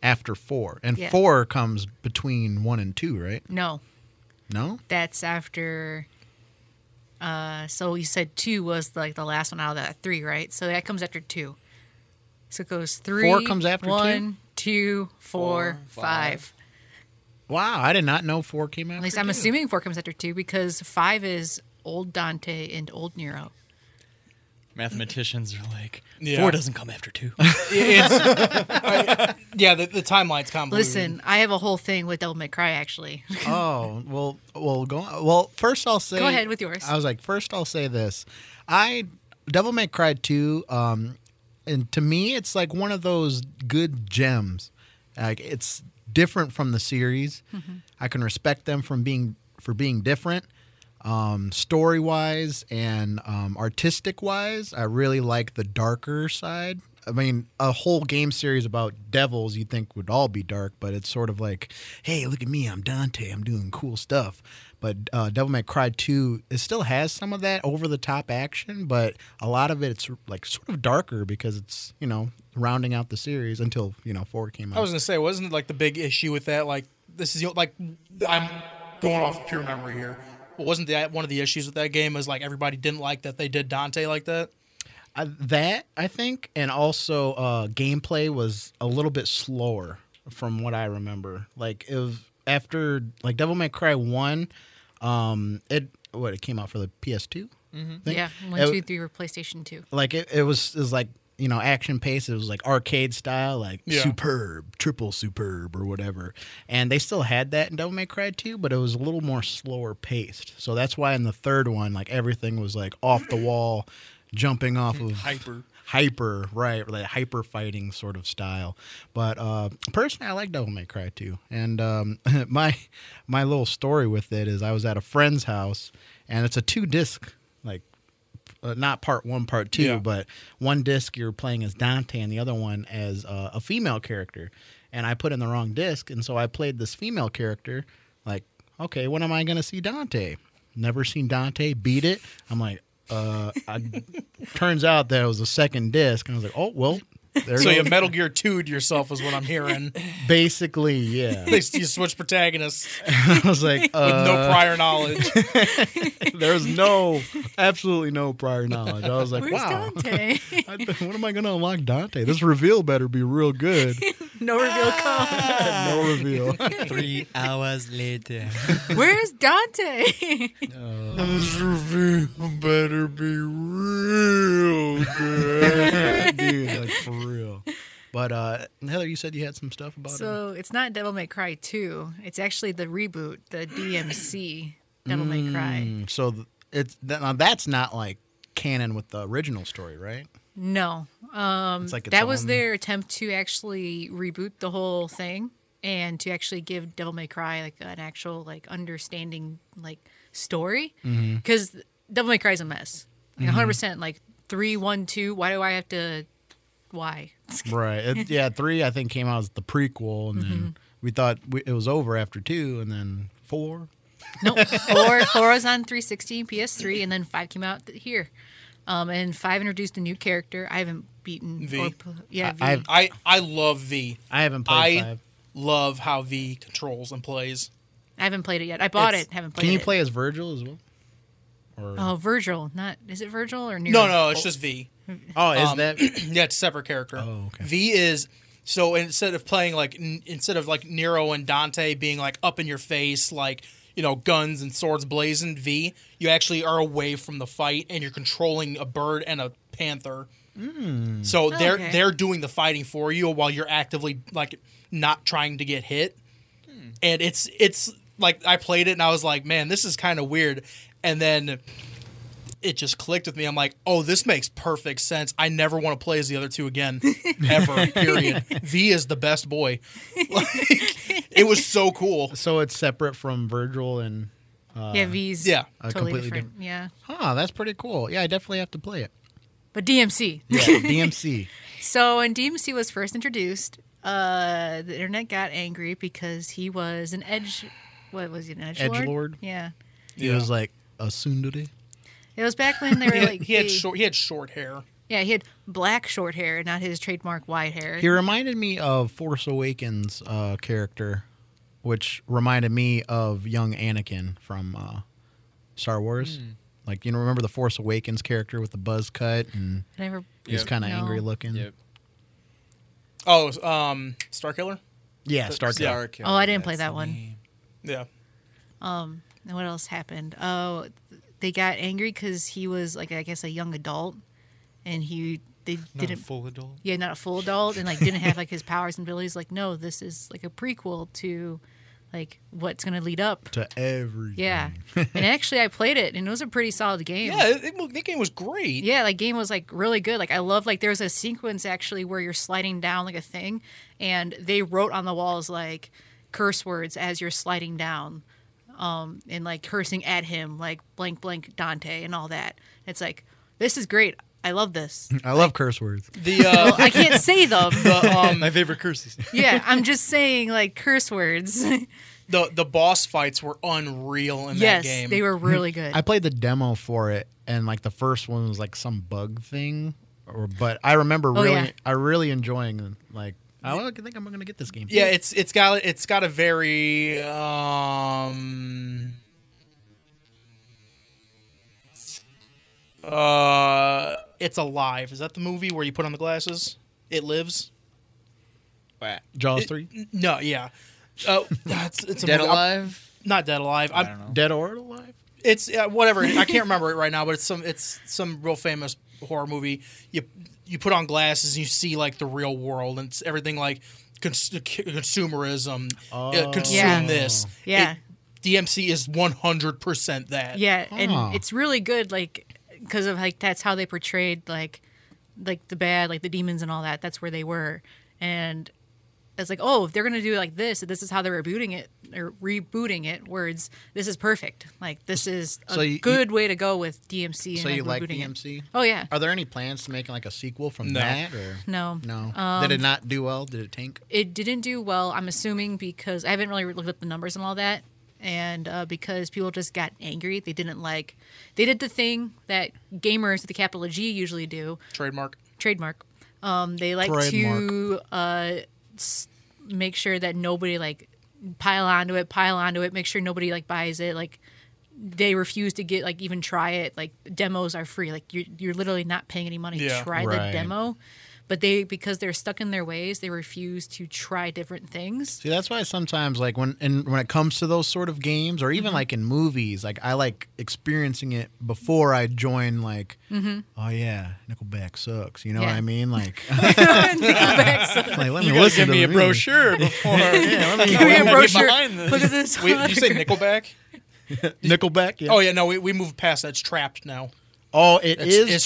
A: after four, and
D: Yeah.
A: four comes between one and two, right?
D: No,
A: No.
D: that's after. Uh, so you said two was like the last one out of that three, right? So that comes after two. So it goes three.
A: comes after two?
D: one, two, four,
K: Four,
D: five.
K: five.
A: Wow, I did not know four came out.
D: At least I'm assuming four comes after two because five is old Dante and old Nero.
H: Mathematicians are like,
C: Yeah.
H: four doesn't come after two.
C: Yeah, the, the timeline's convoluted.
D: Listen, I have a whole thing with Devil May Cry actually.
A: Oh well, well go. Well, first I'll say.
D: Go ahead with yours.
A: I was like, first I'll say this. I Devil May Cry two, um, and to me it's like one of those good gems. Like it's different from the series.
D: Mm-hmm.
A: I can respect them from being for being different. Um, story wise and um, artistic wise, I really like the darker side. I mean, a whole game series about devils you'd think would all be dark, but it's sort of like, hey, look at me, I'm Dante, I'm doing cool stuff. But uh, Devil May Cry 2, it still has some of that over the top action, but a lot of it's like sort of darker because it's, you know, rounding out the series until, you know, 4 came out.
C: I was gonna say, wasn't it like the big issue with that? Like, this is the- like, I'm going off pure memory here. But wasn't that one of the issues with that game? Is like everybody didn't like that they did Dante like that.
A: Uh, that I think, and also uh, gameplay was a little bit slower from what I remember. Like it was after like Devil May Cry one, um, it what it came out for the PS2. Mm-hmm.
D: yeah, one, two, three were PlayStation two.
A: Like it, it was it was like you know action pace. It was like arcade style, like
C: Yeah.
A: superb, triple superb, or whatever. And they still had that in Devil May Cry two, but it was a little more slower paced. So that's why in the third one, like everything was like off the wall. Jumping off of
C: Mm-hmm. Hyper.
A: hyper right like hyper fighting sort of style but uh personally i like devil may cry too and um my my little story with it is i was at a friend's house and it's a two disc like uh, not part one part two
C: Yeah.
A: but one disc you're playing as dante and the other one as uh, a female character and i put in the wrong disc and so i played this female character like okay when am i going to see dante never seen dante beat it i'm like uh, I, turns out that it was the second disc, and I was like, oh well, there
C: So
A: goes-
C: you Metal Gear 2'd yourself is what I'm hearing.
A: basically, yeah.
C: they, you switch protagonists with
A: I was like, uh,
C: no prior knowledge.
A: there was no, absolutely no prior knowledge. I was like,
D: Where's
A: wow,
D: Dante?
A: I, what am I gonna unlock Dante? This reveal better be real good.
D: no reveal comes.
A: no reveal.
H: Three hours later.
D: Where's Dante?
A: this reveal better be real good, dude. Like for real. But uh, Heather, you said you had some stuff about it.
D: so it's not Devil May Cry two. It's actually the reboot, the DMC Devil May Cry.
A: Mm, So th- it's th- now that's not like canon with the original story, right?
D: No, um,
A: It's like its
D: that was
A: own-
D: their attempt to actually reboot the whole thing and to actually give Devil May Cry like an actual like understanding like story
A: Mm-hmm.
D: because Devil May Cry is a mess. Like 100 percent like three one two. Why do I have to? Why?
A: Right. It, yeah, three I think came out as the prequel, and then we thought we, it was over after two, and then four.
D: No, four, four was on 360 and PS3, and then five came out th- here. Um, and five introduced a new character. I haven't beaten.
C: V.
D: or pl- yeah, V.
A: I've-
C: I, I love V.
A: I haven't played
C: I
A: five.
C: love how V controls and plays.
D: I haven't played it yet. I bought
C: It's-
D: it. Haven't played
A: Can you
D: it.
A: play as Virgil as well? Or,
D: Oh, Virgil. Not is it Virgil or Nero?
C: No, no, it's just V.
A: oh, is that
C: Yeah, it's a separate character.
A: Oh, okay.
C: V is so instead of playing like n- instead of like Nero and Dante being like up in your face, like you know guns and swords blazing, V you actually are away from the fight and you're controlling a bird and a panther. So they're
D: Oh, okay.
C: they're doing the fighting for you while you're actively like not trying to get hit.
L: Hmm.
C: And it's it's like I played it and I was like, man, this is kind of weird. And then it just clicked with me. I'm like, oh, this makes perfect sense. I never want to play as the other two again, ever. period. V is the best boy. Like, it was so cool.
A: So it's separate from Virgil and.
D: yeah, V's
C: yeah.
A: Uh,
D: totally
A: completely
D: different. Yeah,
A: Huh, that's pretty cool. Yeah, I definitely have to play it.
D: but DMC.
A: Yeah, DMC.
D: So when DMC was first introduced, uh, the internet got angry because he was an edge. What was he an edge
A: Edgelord?
D: Yeah,
A: He was like a tsundere.
D: it was back when they were
C: He had,
D: like
C: he had
D: big-
C: short. He had short hair.
D: Yeah, he had black short hair, not his trademark white hair.
A: He reminded me of Force Awakens uh, character, which reminded me of young Anakin from uh, Star Wars. Like you know, remember the Force Awakens character with the buzz cut and
D: I never.
A: he's kind of
D: No.
A: angry looking.
H: Yep.
C: Oh, um, Star Killer.
A: Yeah, Star
C: Yeah.
A: Killer.
D: Oh, I didn't play that one.
C: Yeah.
D: And what else happened? Oh, th- they got angry because he was like I guess a young adult, and he they
L: Not a
D: didn't.
L: full adult.
D: yeah, not a full adult, and like didn't have like his powers and abilities. Like, no, this is like a prequel to, like what's gonna lead up.
A: To every
D: Yeah, and actually, I played it, and it was a pretty solid game.
C: Yeah, it, it, that game was great.
D: Yeah, like game was like really good. Like I love like there's a sequence actually where you're sliding down like a thing, and they wrote on the walls like curse words as you're sliding down, um, and like cursing at him like blank blank Dante and all that. It's like this is great. I love this.
A: I love curse words.
C: The uh,
D: I can't say them.
C: the um,
L: My favorite curses.
D: yeah, I'm just saying like curse words.
C: the the boss fights were unreal in
D: yes,
C: that game.
D: they were really good.
A: I played the demo for it, and like the first one was like some bug thing, or but I remember
D: Oh,
A: really,
D: yeah.
A: I really enjoying like. I don't think I'm gonna get this game.
C: Yeah, it's it's got it's got a very um uh it's alive. Is that the movie where you put on the glasses? It lives.
A: Jaws
C: It-
A: three,
C: n- No, yeah. Uh, it's, it's a
H: Dead
C: movie. I'm-
H: Alive.
C: not dead alive.
H: I
C: I'm,
D: Oh.
H: don't know.
A: Dead or Alive.
C: It's uh, whatever. I can't remember it right now, but it's some it's some real famous horror movie. You you put on glasses and you see like the real world and it's everything like cons- consumerism.
A: Oh.
C: uh, consume
D: Yeah.
C: this.
D: yeah.
C: It- DMC is 100% that.
D: Yeah,
A: Oh.
D: and it's really good, like because of like that's how they portrayed like like the bad, like the demons and all that. That's where they were, and it's like, oh, if they're gonna do it like this, this is how they're rebooting it or rebooting it. Words, this is perfect. Like this is a
A: So you-
D: good way to go with DMC.
A: So
D: and
A: you like
D: rebooting it.
A: DMC?
D: Oh yeah,
A: Are there any plans to make like a sequel from
C: No.
A: that? Or
D: no, Um,
A: no, did it not do well? Did it tank?
D: it didn't do well. I'm assuming because I haven't really looked up the numbers and all that, and uh, because people just got angry. They didn't like. They did the thing that gamers with a capital G usually do,
C: Trademark.
D: trademark. Um, they like to uh, s- make sure that nobody like pile onto it, pile onto it. Make sure nobody like buys it. Like they refuse to get like even try it. Like demos are free. Like you're you're literally not paying any money
C: Yeah.
D: to try
A: Right.
D: the demo. But they because they're stuck in their ways, they refuse to try different things.
A: See, that's why sometimes like when and when it comes to those sort of games, or even
D: Mm-hmm.
A: like in movies, like I like experiencing it before I join. Like, oh yeah, Nickelback sucks. You know what
D: Mm-hmm. Yeah.
A: I mean? Like,
D: Nickelback sucks.
A: like let me
C: You gotta
A: listen
C: give
A: to
C: me
A: the
C: a
A: music.
C: brochure before.
A: Yeah, let me-
D: Give me a
C: I'm gonna get
D: "Oh, brochure.
C: behind this.
D: Look at this.
C: Wait, did you say Nickelback?
A: Nickelback. Yeah.
C: Oh, yeah, no, we, we moved past that. It's trapped now.
A: Oh, it
C: It's-
A: is
C: it's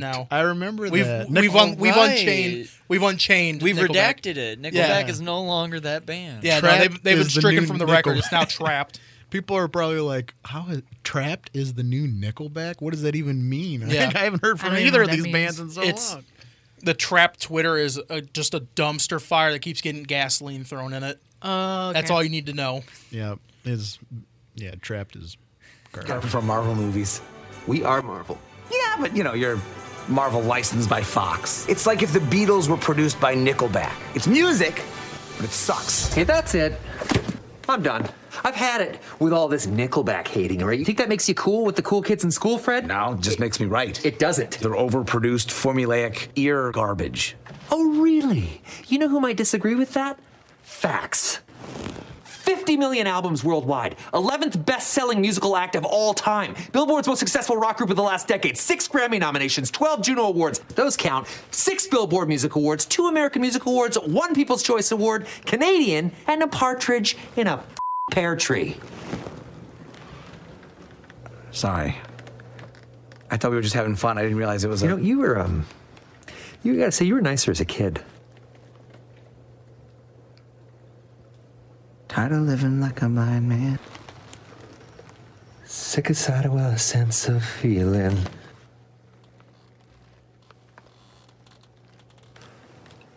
A: trapped.
C: now.
A: I remember
C: We've,
A: that.
C: we've, un- we've
H: Alright.
C: unchained. We've unchained.
H: We've
C: Nickelback.
H: redacted it. Nickelback
C: Yeah.
H: is no longer that band.
C: Yeah, no,
A: Trapped
C: they've, they've been
A: is the
C: stricken
A: new
C: from the
A: Nickel-
C: record. It's now trapped.
A: People are probably like, "How is, trapped is the new Nickelback? What does that even mean?"
C: Yeah.
A: I haven't heard
D: I
A: from
D: don't even
A: either
D: know
A: of
D: what
A: these
D: that
A: bands in so
C: It's-
A: long.
C: The trap Twitter is uh just a dumpster fire that keeps getting gasoline thrown in it.
D: Oh, okay.
C: That's all you need to know.
A: Yeah, is yeah, trapped is garbage.
M: from Marvel movies. We are Marvel. Yeah, but you know, you're Marvel licensed by Fox. It's like if the Beatles were produced by Nickelback. It's music, but it sucks.
N: Hey, that's it. I'm done. I've had it with all this Nickelback hating, all right? You think that makes you cool with the cool kids in school, Fred?
M: Now, just makes me right.
N: It doesn't.
M: They're overproduced, formulaic, ear garbage.
N: Oh, really? You know who might disagree with that? Facts. 50 million albums worldwide, 11th best selling musical act of all time, Billboard's most successful rock group of the last decade, six Grammy nominations, 12 Juno Awards, those count, six Billboard Music Awards, two American Music Awards, one People's Choice Award, Canadian, and a partridge in a pear tree.
M: Sorry.
O: I thought we were just having fun. I didn't realize it was
N: You
O: a.
N: know, you were um, you gotta say you were nicer as a kid.
O: Tired of living like a blind man.
N: Sick aside with a sense of feeling.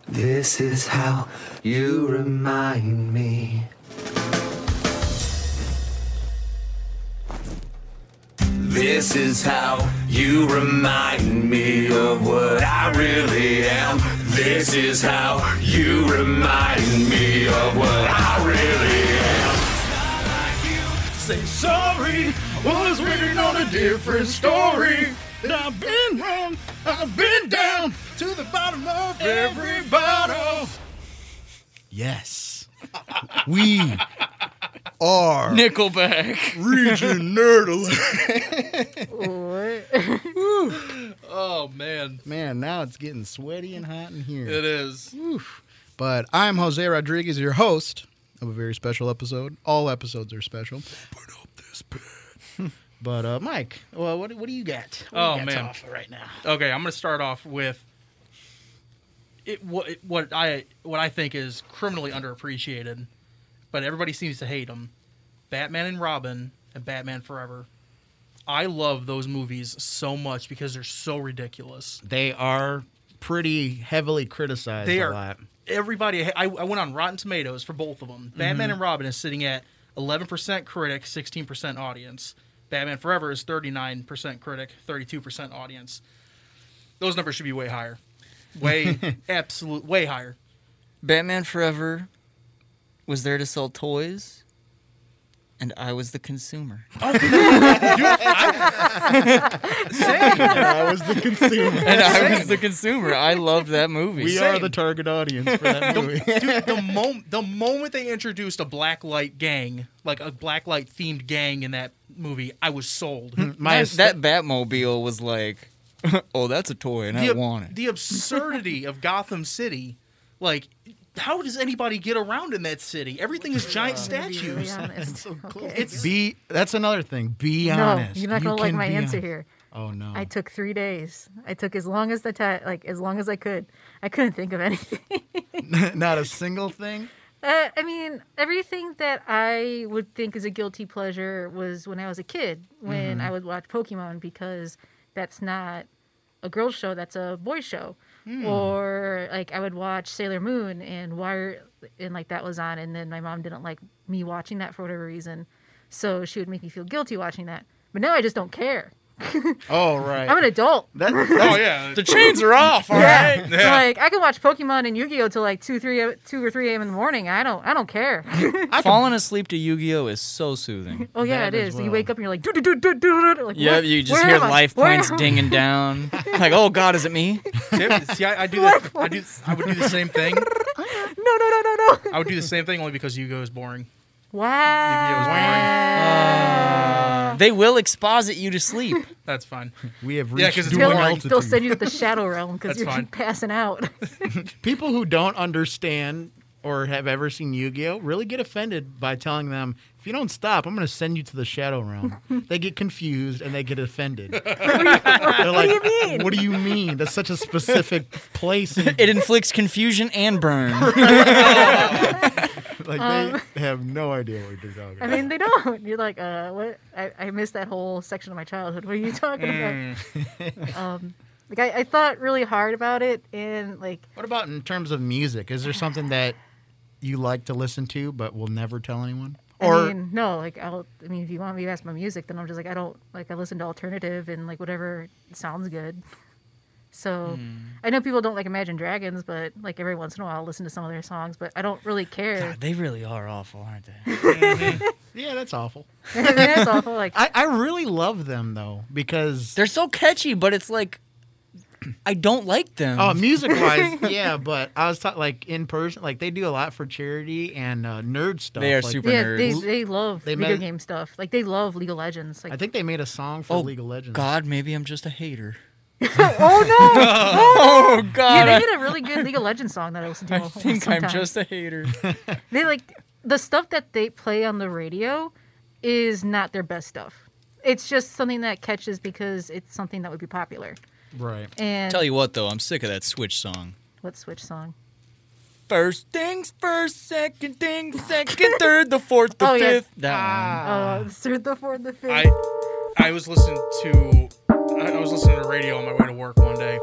N: This is how you remind me. This is how you remind me of what I really am. This is how you remind me of what I really am.
C: Say sorry was written on a different story. That I've been wrong. I've been down to the bottom of every bottle.
A: Yes. we are
C: Nickelback.
A: Region Nerd Alert.
C: Oh man,
A: Man, now it's getting sweaty and hot in here.
C: it is.
A: But I'm Jose Rodriguez, your host of a very special episode. All episodes are special. But uh, Mike, well, what, what do you got? What do
C: Oh,
A: you got to
C: man.
A: offer right now.
C: Okay, I'm gonna start off with it. What, it- what I what I think is criminally underappreciated, but everybody seems to hate them. Batman and Robin and Batman Forever. I love those movies so much because they're so ridiculous.
A: They are pretty heavily criticized
C: They
A: a
C: are-
A: lot. Mm-hmm.
C: Everybody, I, I went on Rotten Tomatoes for both of them. Batman and Robin is sitting at 11% critic, 16% audience. Batman Forever is 39% critic, 32% audience. Those numbers should be way higher. Way, absolute, way higher.
H: Batman Forever was there to sell toys, and I was the consumer.
A: I was the consumer.
H: And I was the consumer. I loved that movie.
A: We are the target audience for that movie.
C: Dude, the moment the moment they introduced a blacklight gang, like a blacklight themed gang in that movie, I was sold.
A: My
H: that, that Batmobile was like, oh, that's a toy, and I
C: ab-
H: want it.
C: the absurdity of Gotham City, like. How does anybody get around in that city? Everything is giant statues.
D: It's
A: be that's another thing. Be
D: no,
A: honest.
D: you're not
A: You
D: gonna like
A: can
D: my
A: be
D: answer
A: hon-
D: here.
A: Oh no.
D: I took three days. I took as long as the time, like as long as I could. I couldn't think of anything.
A: not a single thing.
D: Uh, I mean, everything that I would think is a guilty pleasure was when I was a kid, when
A: Mm-hmm.
D: I would watch Pokemon because that's not a girl show, that's a boy show.
A: Hmm.
D: Or like I would watch Sailor Moon and Wire, and like that was on, and then my mom didn't like me watching that for whatever reason, so she would make me feel guilty watching that. But now I just don't care.
A: Oh right.
D: I'm an adult.
A: that, that's,
C: Oh yeah,
H: The chains are off. All right.
D: So, like I can watch Pokemon and Yu-Gi-Oh till like two, three, two or three a.m. in the morning. I don't, I don't care.
H: Falling asleep to Yu-Gi-Oh is so soothing.
D: Oh yeah,
A: That
D: it
A: as
D: is. You
A: well.
D: wake up and you're like, do do do do do do. Like,
H: Yeah,
D: where-
H: you just
D: where
H: hear
D: am I?
H: life
D: Where
H: points
D: am I?
H: dinging down. Like, oh God, is it me?
C: Tim, see, I, I do that. I do. I would do the same thing.
D: No no no no no.
C: I would do the same thing only because Hugo is boring. Hugo is
D: Wow.
C: boring.
D: Uh-huh.
H: They will exposit you to sleep.
C: That's fine.
A: we have
C: Yeah,
A: reached
C: 'cause it's
A: dual
C: boring.
D: They'll,
A: altitude.
D: they'll send you to the shadow realm because
C: That's
D: you
C: fine.
D: keep passing out.
A: people who don't understand or have ever seen Yu-Gi-Oh really get offended by telling them, "If you don't stop, I'm going to send you to the Shadow Realm." they get confused and they get offended. They're like, "What do you mean? That's such a specific place." And,
H: It inflicts confusion and burn.
A: like they have no idea what you're talking
D: I
A: about.
D: mean, they don't. You're like, uh, what? I, I missed that whole section of my childhood. What are you talking about? um, like I, I thought really hard about it, and like
A: What about in terms of music? Is there something that you like to listen to but will never tell anyone?
D: I mean, no, like I'll. I mean, if you want me to ask my music, then I'm just like I don't like I listen to alternative and like whatever sounds good. So
H: Hmm.
D: I know people don't like Imagine Dragons, but like every once in a while, I'll listen to some of their songs, but I don't really care.
H: they really are awful, aren't they?
A: yeah, that's awful.
D: That's awful. Like
A: I, I really love them though because
H: They're so catchy, but it's like, I don't like them.
A: Oh, music wise, yeah, but I was talking like in person, like they do a lot for charity and uh, nerd stuff.
H: They are
A: Like,
H: super
D: yeah,
H: nerds.
D: they they love
A: They
D: video
A: meant-
D: game stuff. Like they love League of Legends. Like
A: I think they made a song for
H: Oh,
A: League of Legends.
H: God, maybe I'm just a hater.
D: oh no,
H: Oh
D: yeah,
H: God,
D: they did a really good League of Legends song that I listen to.
H: I, I
D: all-
H: think I'm
D: sometimes.
H: just a hater.
D: they like the stuff that they play on the radio is not their best stuff. it's just something that catches because it's something that would be popular.
E: Right.
D: And
H: Tell you what, though, I'm sick of that Switch song.
D: what Switch song?
H: First things first, second thing, second, third, the fourth, the
D: Oh, yeah.
H: fifth. That
D: Uh, third, the fourth, the fifth.
C: I I was listening to I I was listening to radio on my way to work one day,